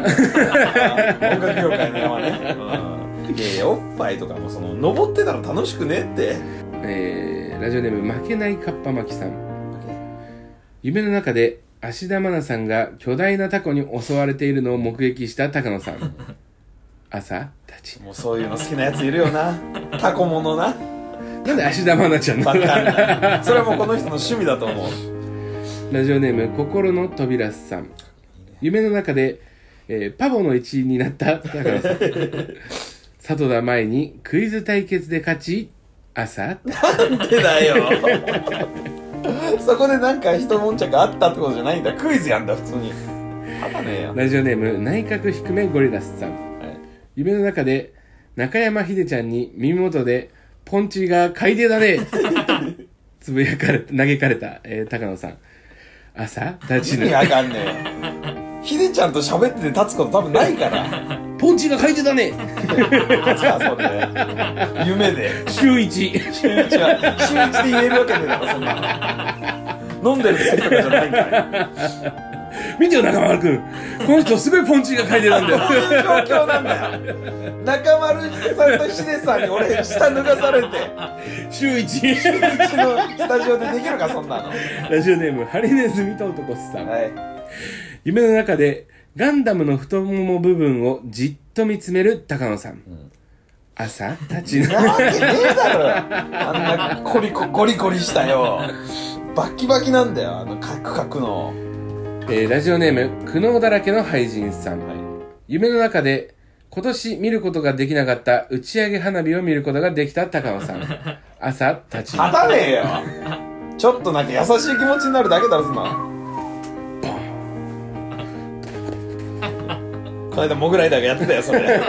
Speaker 2: な
Speaker 1: 音楽業界の山ね、うん、いやいやおっぱいとかもその登ってたら楽しくねえって
Speaker 2: えーラジオネーム負けないかっぱ巻きさん夢の中で芦田愛菜さんが巨大なタコに襲われているのを目撃した高野さん 朝立ち
Speaker 1: もうそういうの好きなやついるよなタコものな
Speaker 2: なんで芦田愛菜ちゃん
Speaker 1: わか
Speaker 2: の
Speaker 1: んないそれはもうこの人の趣味だと思う
Speaker 2: ラジオネーム心の扉さん夢の中で、えーパボの一員になった高野さん里田舞にクイズ対決で勝ち朝
Speaker 1: ってだよそこでなんか一悶着あったってことじゃないんだクイズやんだ普通にあたねえよ
Speaker 2: ラジオネーム内閣低めゴリラスさん、
Speaker 1: い
Speaker 2: 夢の中で中山秀ちゃんに耳元で「ポンチが海底だね」つぶやかれ投げかれた、えー高野さん朝立ち
Speaker 1: 意味
Speaker 2: ぬ
Speaker 1: わかんねえよひでちゃんと喋ってて立つこと多分ないから
Speaker 2: ポンチが海底だね
Speaker 1: 立つかそれ夢で
Speaker 2: 週一
Speaker 1: 週一は週一で言えるわけねえだろそんなの飲んでる時とかじゃないから
Speaker 2: 見てよ中丸君この人すごいポンチが海底なんだよ
Speaker 1: そういう状況なんだよ中丸さんとヒデさんに俺下脱がされて
Speaker 2: 週一
Speaker 1: うちのスタジオでできるかそんなの
Speaker 2: ラジオネームハリネズミと男さん、
Speaker 1: はい
Speaker 2: 夢の中でガンダムの太もも部分をじっと見つめる高野さん、朝立ち ぬ
Speaker 1: なわけねえだろあんなコリコゴリゴリしたよバッキバキなんだよあのカクカクの
Speaker 2: えーラジオネーム苦悩だらけの俳人さん、
Speaker 1: は
Speaker 2: 夢の中で今年見ることができなかった打ち上げ花火を見ることができた高野 さん朝立ち
Speaker 1: 立たねえよちょっとなんか優しい気持ちになるだけだろそんなこの間モグライダーがやってたよそれで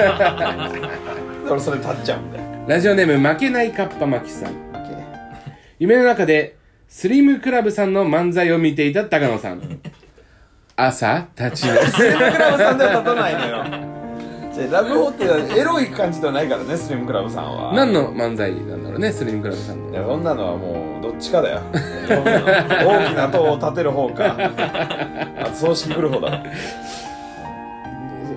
Speaker 1: 俺それ立っちゃうんだよ
Speaker 2: ラジオネーム負けないかっぱ巻きさん夢の中でスリムクラブさんの漫才を見ていた高野さん朝立ちぬ
Speaker 1: スリムクラブさんでは立たないのよじゃあラブホってエロい感じではないからねスリムクラブさんは
Speaker 2: 何の漫才なんだろうねスリムクラブさん
Speaker 1: い
Speaker 2: の
Speaker 1: やそんなのはもうどっちかだよ大きな塔を建てる方かあと葬式来る方だ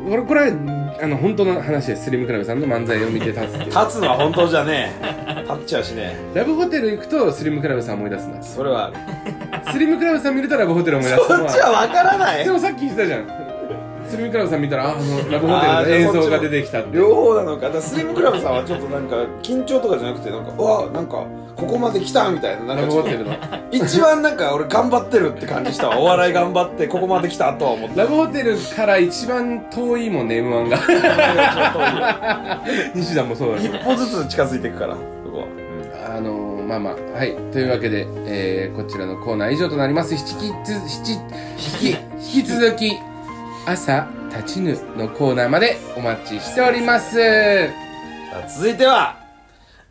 Speaker 2: これこれはあの本当の話ですスリムクラブさんの漫才を見て立つっていう
Speaker 1: 立つのは本当じゃねえ立っちゃうしね
Speaker 2: ラブホテル行くとスリムクラブさん思い出すんだ
Speaker 1: それは
Speaker 2: スリムクラブさん見るとラブホテル思い出す
Speaker 1: そっちは分からな
Speaker 2: で
Speaker 1: い
Speaker 2: もさっき言ってたじゃんスリムクラブさん見たらああのラブホテルの映像が出てきたって
Speaker 1: 両方なのかだからスリムクラブさんはちょっとなんか緊張とかじゃなくてなんかうわなんかここまで来たみたいなな
Speaker 2: ラ
Speaker 1: ん
Speaker 2: ブ
Speaker 1: かちょっと
Speaker 2: ホテル の
Speaker 1: 一番なんか俺頑張ってるって感じしたわお笑い頑張ってここまで来たとは思って
Speaker 2: ラブホテルから一番 遠いもんね m 1が 西田もそうだけ
Speaker 1: 一
Speaker 2: ど
Speaker 1: 歩ずつ近づいていくからここは、うん
Speaker 2: あのー、まあまあはいというわけで、えー、こちらのコーナー以上となります引きつ引き引 き引き続き朝立ちぬのコーナーまでお待ちしており ます
Speaker 1: さあ続いては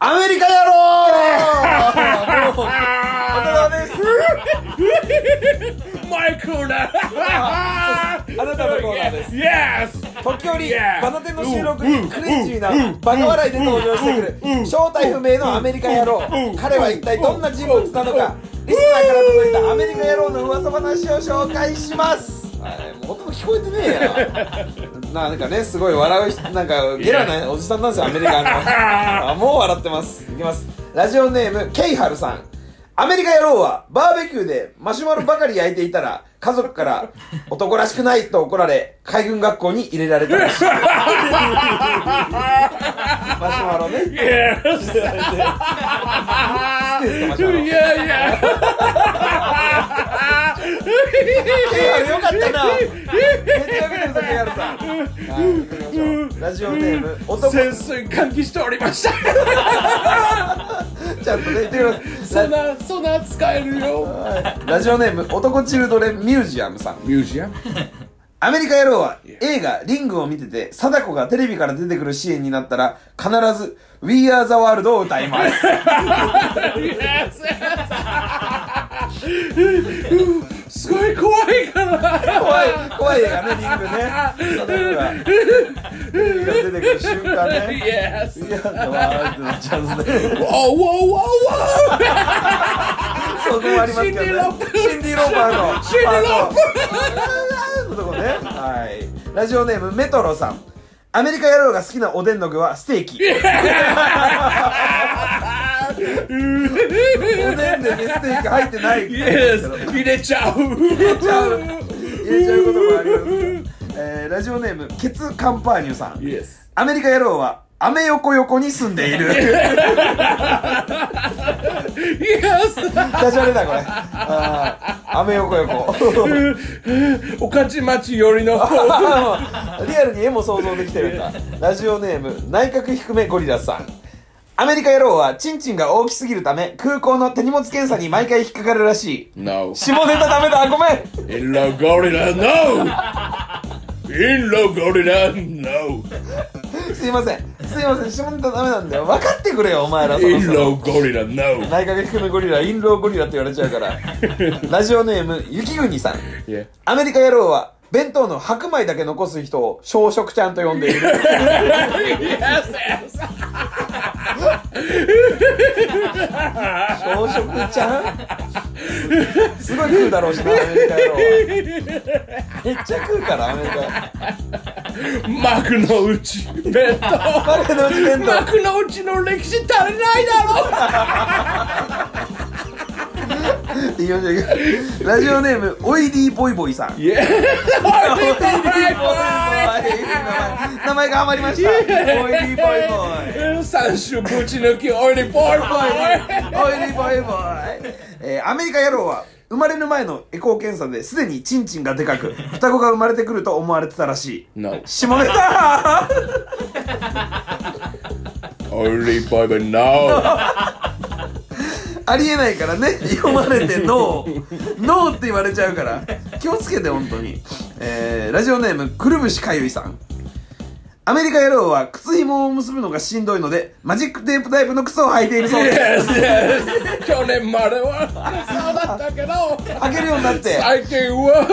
Speaker 1: アメリカ野 郎もうあなたです
Speaker 2: マイコーナー
Speaker 1: あなたのコーナーです
Speaker 2: Yes!
Speaker 1: 時折
Speaker 2: Yeah
Speaker 1: バナテンの収録にクレイジーなバカ笑いで登場してくる正体不明のアメリカ野郎彼は一体どんな人物なのかリスナーから届いたアメリカ野郎の噂話を紹介しますはいもうほとんど聞こえてねえやなんかねすごい笑う人なんかゲラなおじさんなんですよアメリカのあもう笑ってますいきますラジオネームケイハルさんアメリカ野郎はバーベキューでマシュマロばかり焼いていたら家族から男らしくないと怒られ海軍学校に入れられたらしいマシュマロね好きですかマシュマロ
Speaker 2: いやいや
Speaker 1: あれよかったなめっちゃよ かったやるさはい行ってみましょうラジオネーム男
Speaker 2: 戦争に歓喜しておりました
Speaker 1: ちゃんとね言ってみ ます
Speaker 2: そんなそんな扱えるよ
Speaker 1: ラジオネーム男チルドレンミュージアムさん
Speaker 2: ミュージアム
Speaker 1: アメリカ野郎は映画「リング」を見てて貞子がテレビから出てくるシーンになったら必ず「We Are the World」を歌います
Speaker 2: すごい怖いから
Speaker 1: 怖い怖い映画ねリングね貞子がテレビから出てくる瞬間
Speaker 2: イ
Speaker 1: ね
Speaker 2: エス
Speaker 1: We are the world ってなっちゃうんですね
Speaker 2: おおおおお
Speaker 1: そこもありますけどね
Speaker 2: シンディロー
Speaker 1: シンディ・ローパーの
Speaker 2: シンディローパ
Speaker 1: ーのとこねはいラジオネームメトロさんアメリカ野郎が好きなおでんの具はステーキおでんでねステーキ入って ない
Speaker 2: イエス入れちゃう
Speaker 1: 入れちゃう入れちゃうこともありますけど、えーラジオネームケツカンパーニュさん
Speaker 2: イエス
Speaker 1: アメリカ野郎はアメ横横に住んでい る
Speaker 2: イエス
Speaker 1: ダジャレだこれあーアメ横横
Speaker 2: おかち町寄りの
Speaker 1: あのリアルに絵も想像できてるんだラジオネーム内閣低めゴリラさんアメリカ野郎はチンチンが大きすぎるため空港の手荷物検査に毎回引っかかるらしい
Speaker 2: No
Speaker 1: 下ネタダメだごめん
Speaker 2: In La Gorilla No In La Gorilla No
Speaker 1: すいませんすいません下ネタダメなんだよ分かってくれよお前らそろ
Speaker 2: In
Speaker 1: そ
Speaker 2: La
Speaker 1: ろ
Speaker 2: Gorilla No
Speaker 1: 内閣低めゴリラインローゴリラって言われちゃうからラジオネーム雪国さん
Speaker 2: Yeah
Speaker 1: アメリカ野郎は弁当の白米だけ残す人を小食ちゃんと呼んでいる小食ちゃんすごい食うだろうしなアメリカ野郎はめっちゃ食うからアメリカ
Speaker 2: 幕の 内弁当
Speaker 1: バカのうち弁当
Speaker 2: 幕の内の歴史足りないだろ
Speaker 1: って言いましたけどラジオネームオイディーボイボイさん
Speaker 2: Yeah
Speaker 1: オ イディーボイボイ名前がハマりましたオイディーボイボイ
Speaker 2: 三種ぶち抜きオイリポイポ
Speaker 1: おいりぼいぼい。えーアメリカ野郎は、生まれる前のエコー検査ですでにチンチンがでかく、双子が生まれてくると思われてたらしい。
Speaker 2: イ No
Speaker 1: 下ネタ
Speaker 2: オイリポイポイ No
Speaker 1: ありえないから ね、読まれてノー。ノーって言われちゃうから、気をつけて本当に。えーラジオネーム、くるぶしかゆいさん。アメリカ野郎は靴紐を結ぶのがしんどいので、マジックテープタイプの靴を履いているそうです。
Speaker 2: Yes Yes 去年まではそうだったけど
Speaker 1: 開けるようになって。
Speaker 2: 最近 は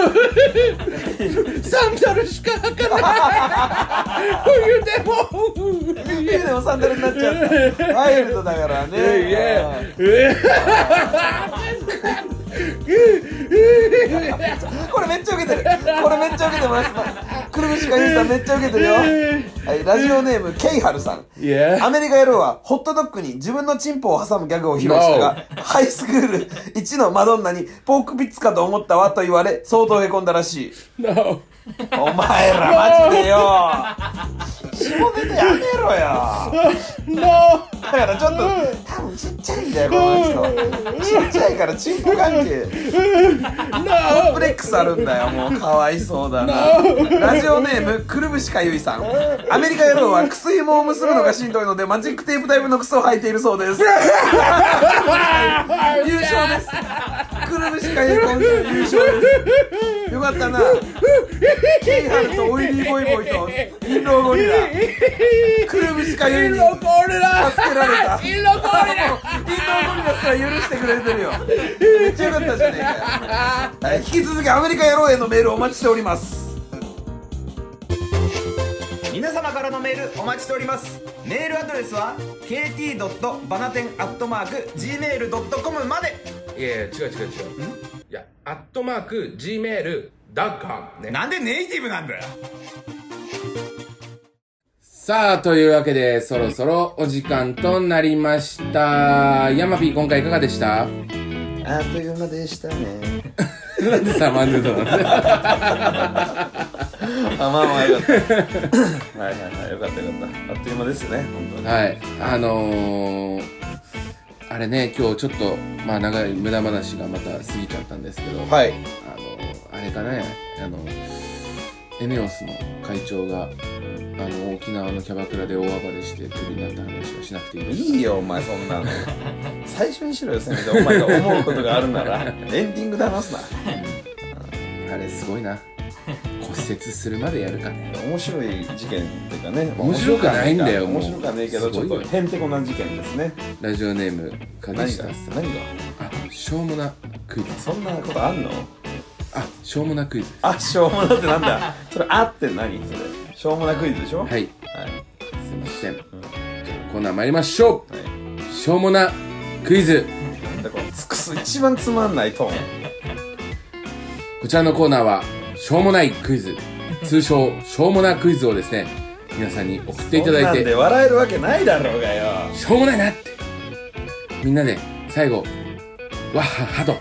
Speaker 2: サンダルしか履かない冬でも
Speaker 1: 冬でもサンダルになっちゃった。ワイルドだからね。これめっちゃ受けてるこれめっちゃ受けてますくるぶしかゆいさんめっちゃ受けてるよはいラジオネームケイハルさん
Speaker 2: Yeah.
Speaker 1: アメリカ野郎はホットドッグに自分のチンポを挟むギャグを披露したが、ハイスクール1のマドンナにポークピッツかと思ったわと言われ相当へこんだらし い
Speaker 2: No.
Speaker 1: お前らマジでよ下ネタやめろよ
Speaker 2: No.
Speaker 1: だからちょっと多分ちっちゃいんだよこの人ちっちゃいからチンポ関係
Speaker 2: No.
Speaker 1: コンプレックスあるんだよもうかわいそうだなラジオネームくるぶしかゆいさんアメリカ野郎は靴紐を結ぶのがしんどいのでマジックテープタイプの靴を履いているそうです 優勝ですくるぶしかゆい今週優勝ですよかったなケイハルとオイリーボイボイとインローゴリラくるぶしかゆいに助
Speaker 2: Illo gorilla.
Speaker 1: けられた
Speaker 2: Illo gorilla.
Speaker 1: インドゴリラすら許してくれてるよめっちゃよかったじゃねえかよはい引き続きアメリカ野郎へのメールお待ちしております
Speaker 3: 皆様からのメールお待ちしておりますメールアドレスは kt. バナテンアットマーク gmail.com まで
Speaker 2: いやいや違う違う違う。いやアットマーク G メールダッカンね。
Speaker 3: なんでネイティブなんだよ
Speaker 2: さあというわけでそろそろお時間となりました。ヤマピー今回いかがでした？
Speaker 1: いあっという間でしたね
Speaker 2: なんでサマンヌードなんだよ
Speaker 1: あまあまあよかったはいはいはいよかったよかったあっという間ですよね本当に
Speaker 2: はい、あのー、あれね、今日ちょっと、まあ長い無駄話がまた過ぎちゃったんですけど、
Speaker 1: はい
Speaker 2: あのー、あれかね、あの、エネオスの会長が、あの、沖縄のキャバクラで大暴れしてクビになった話はしなくていいですか
Speaker 1: いいよお前そんなの最初にしろよせめてお前が思うことがあるならエンディングで話すな
Speaker 2: あれすごいな。 骨折するまでやるかね。
Speaker 1: 面白い事件っていうかね
Speaker 2: 面白くないんだよ
Speaker 1: 面白くはねえけど
Speaker 2: もう
Speaker 1: ちょっ
Speaker 2: すごい
Speaker 1: と
Speaker 2: よ
Speaker 1: へんてこな事件ですね
Speaker 2: ラジオネーム、影
Speaker 1: 何
Speaker 2: 下
Speaker 1: が
Speaker 2: さ
Speaker 1: 何
Speaker 2: ん。
Speaker 1: が
Speaker 2: あ、しょうもなクイズ。
Speaker 1: そんなことあんの
Speaker 2: あ、しょうもなクイズ。
Speaker 1: あしょうもなってなんだそれあって何それしょうもなクイズでしょ
Speaker 2: はい、
Speaker 1: はい
Speaker 2: すいません。じゃあコーナー参りましょ
Speaker 1: はいう
Speaker 2: しょうもなクイズ
Speaker 1: なんだこのつくす一番つまんないトーン
Speaker 2: こちらのコーナーは、しょうもないクイズ、通称、しょうもなクイズをですね、皆さんに送っていただ
Speaker 1: そ
Speaker 2: い
Speaker 1: んなんで
Speaker 2: て、
Speaker 1: 笑えるわけないだろうがよ
Speaker 2: しょうもないなって、みんなで最後、わっはっはと、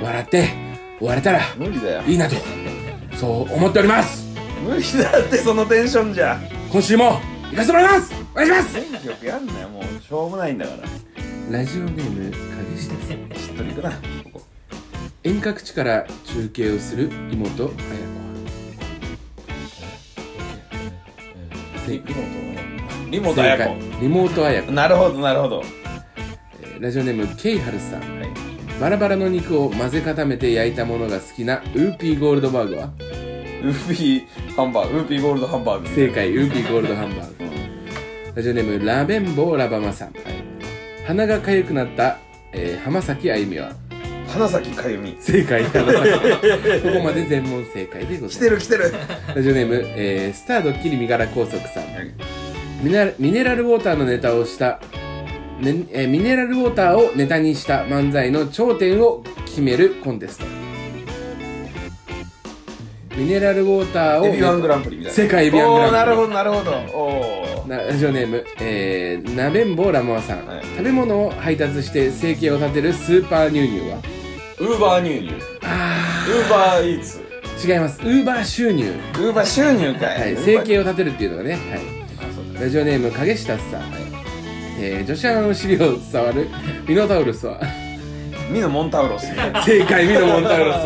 Speaker 2: 笑って、終われたら
Speaker 1: 無理だよ
Speaker 2: いいなと、そう思っております
Speaker 1: 無理だってそのテンションじゃ
Speaker 2: 今週も、行かせてもらいますお願いします
Speaker 1: よくやんなよもうしょうもないんだからし
Speaker 2: ラジオネーム、影下 さん。
Speaker 1: っとりくなここ
Speaker 2: 遠隔地から中継をする妹、綾子。
Speaker 1: リモート
Speaker 2: 正
Speaker 1: や
Speaker 2: 解
Speaker 1: こ。
Speaker 2: リモート綾子。
Speaker 1: なるほどなるほど
Speaker 2: えーラジオネーム、ケイハルさん。
Speaker 1: はい
Speaker 2: バラバラの肉を混ぜ固めて焼いたものが好きなウーピーゴールドバーグは
Speaker 1: ウーピーハンバーグウーピーゴールドハンバーグ
Speaker 2: 正解ウーピーゴールドハンバーグラジオネームラベンボーラバマさん、鼻が痒くなった、えー浜崎あゆみは
Speaker 1: 花咲かゆみ
Speaker 2: 正 解花咲ここまで全問正解でご
Speaker 1: 来
Speaker 2: ざ
Speaker 1: て
Speaker 2: いま
Speaker 1: る来てる
Speaker 2: すラジオネーム、えースタードッキリ身柄拘束さんミネラミネラルウォーターのネタをした、ねえーミネラルウォーターをネタにした漫才の頂点を決めるコンテストミネラルウォーターを
Speaker 1: エビワングラ
Speaker 2: ン
Speaker 1: ンプリみたいな
Speaker 2: 世界エビワングランプリ
Speaker 1: おーなるほどなるほどお
Speaker 2: なラジオネーム、えー、ナベンボーラモアさん、
Speaker 1: はい
Speaker 2: 食べ物を配達して生計を立てるスーパーニューニューは
Speaker 1: ウーバー入入ウーバーイーツ
Speaker 2: 違いますウーバー収入、
Speaker 1: ウーバー収入か
Speaker 2: はいい、
Speaker 1: ウー
Speaker 2: 生
Speaker 1: バー
Speaker 2: 計を立てるっていうのがね、は
Speaker 1: あそう
Speaker 2: い、
Speaker 1: だ
Speaker 2: ラジオネーム影下さん、えー、女子アナの尻を触るミノタウルスは
Speaker 1: ミノモンタウロスみたいな
Speaker 2: 正解ミノモンタウルス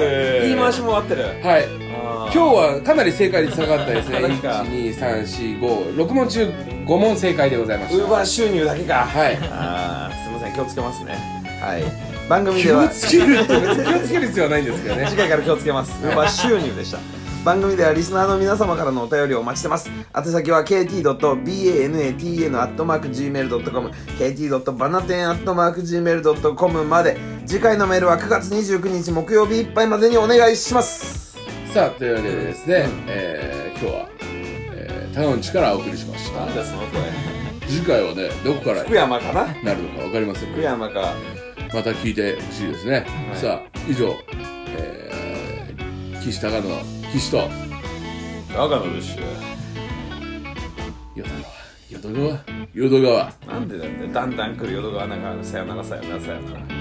Speaker 1: 言い回しも合ってる
Speaker 2: はい
Speaker 1: 今
Speaker 2: 今日はかなり正解率下がったですね
Speaker 1: マジか
Speaker 2: 12345問中5問正解でございまし
Speaker 1: ウ
Speaker 2: た
Speaker 1: ーバー収入だけか
Speaker 2: はい
Speaker 1: あーすいません気をつけますねはい番組
Speaker 2: 気
Speaker 1: で
Speaker 2: を
Speaker 1: は
Speaker 2: つける気をつける必要はないんですけどね
Speaker 1: 次回から気をつけますウーバー収入でした番組ではリスナーの皆様からのお便りをお待ちしてます宛先は kt.banatn.gmail.com kt.banatn.gmail.com まで次回のメールは9月29日木曜日いっぱいまでにお願いします
Speaker 2: さあというわけでですね、えー今日は、えー、タウンチからお送りしました
Speaker 1: その声
Speaker 2: 次回はねどこから
Speaker 1: 福山かな
Speaker 2: なるのかわかりませ
Speaker 1: 福
Speaker 2: んけど
Speaker 1: 山か
Speaker 2: また聞いてほしいですね、
Speaker 1: はい
Speaker 2: さあ以上、えー、岸高野の岸と
Speaker 1: 長野です
Speaker 2: 淀川淀川淀川
Speaker 1: なんでだってだんだん来る淀川中さよならさよならさよなら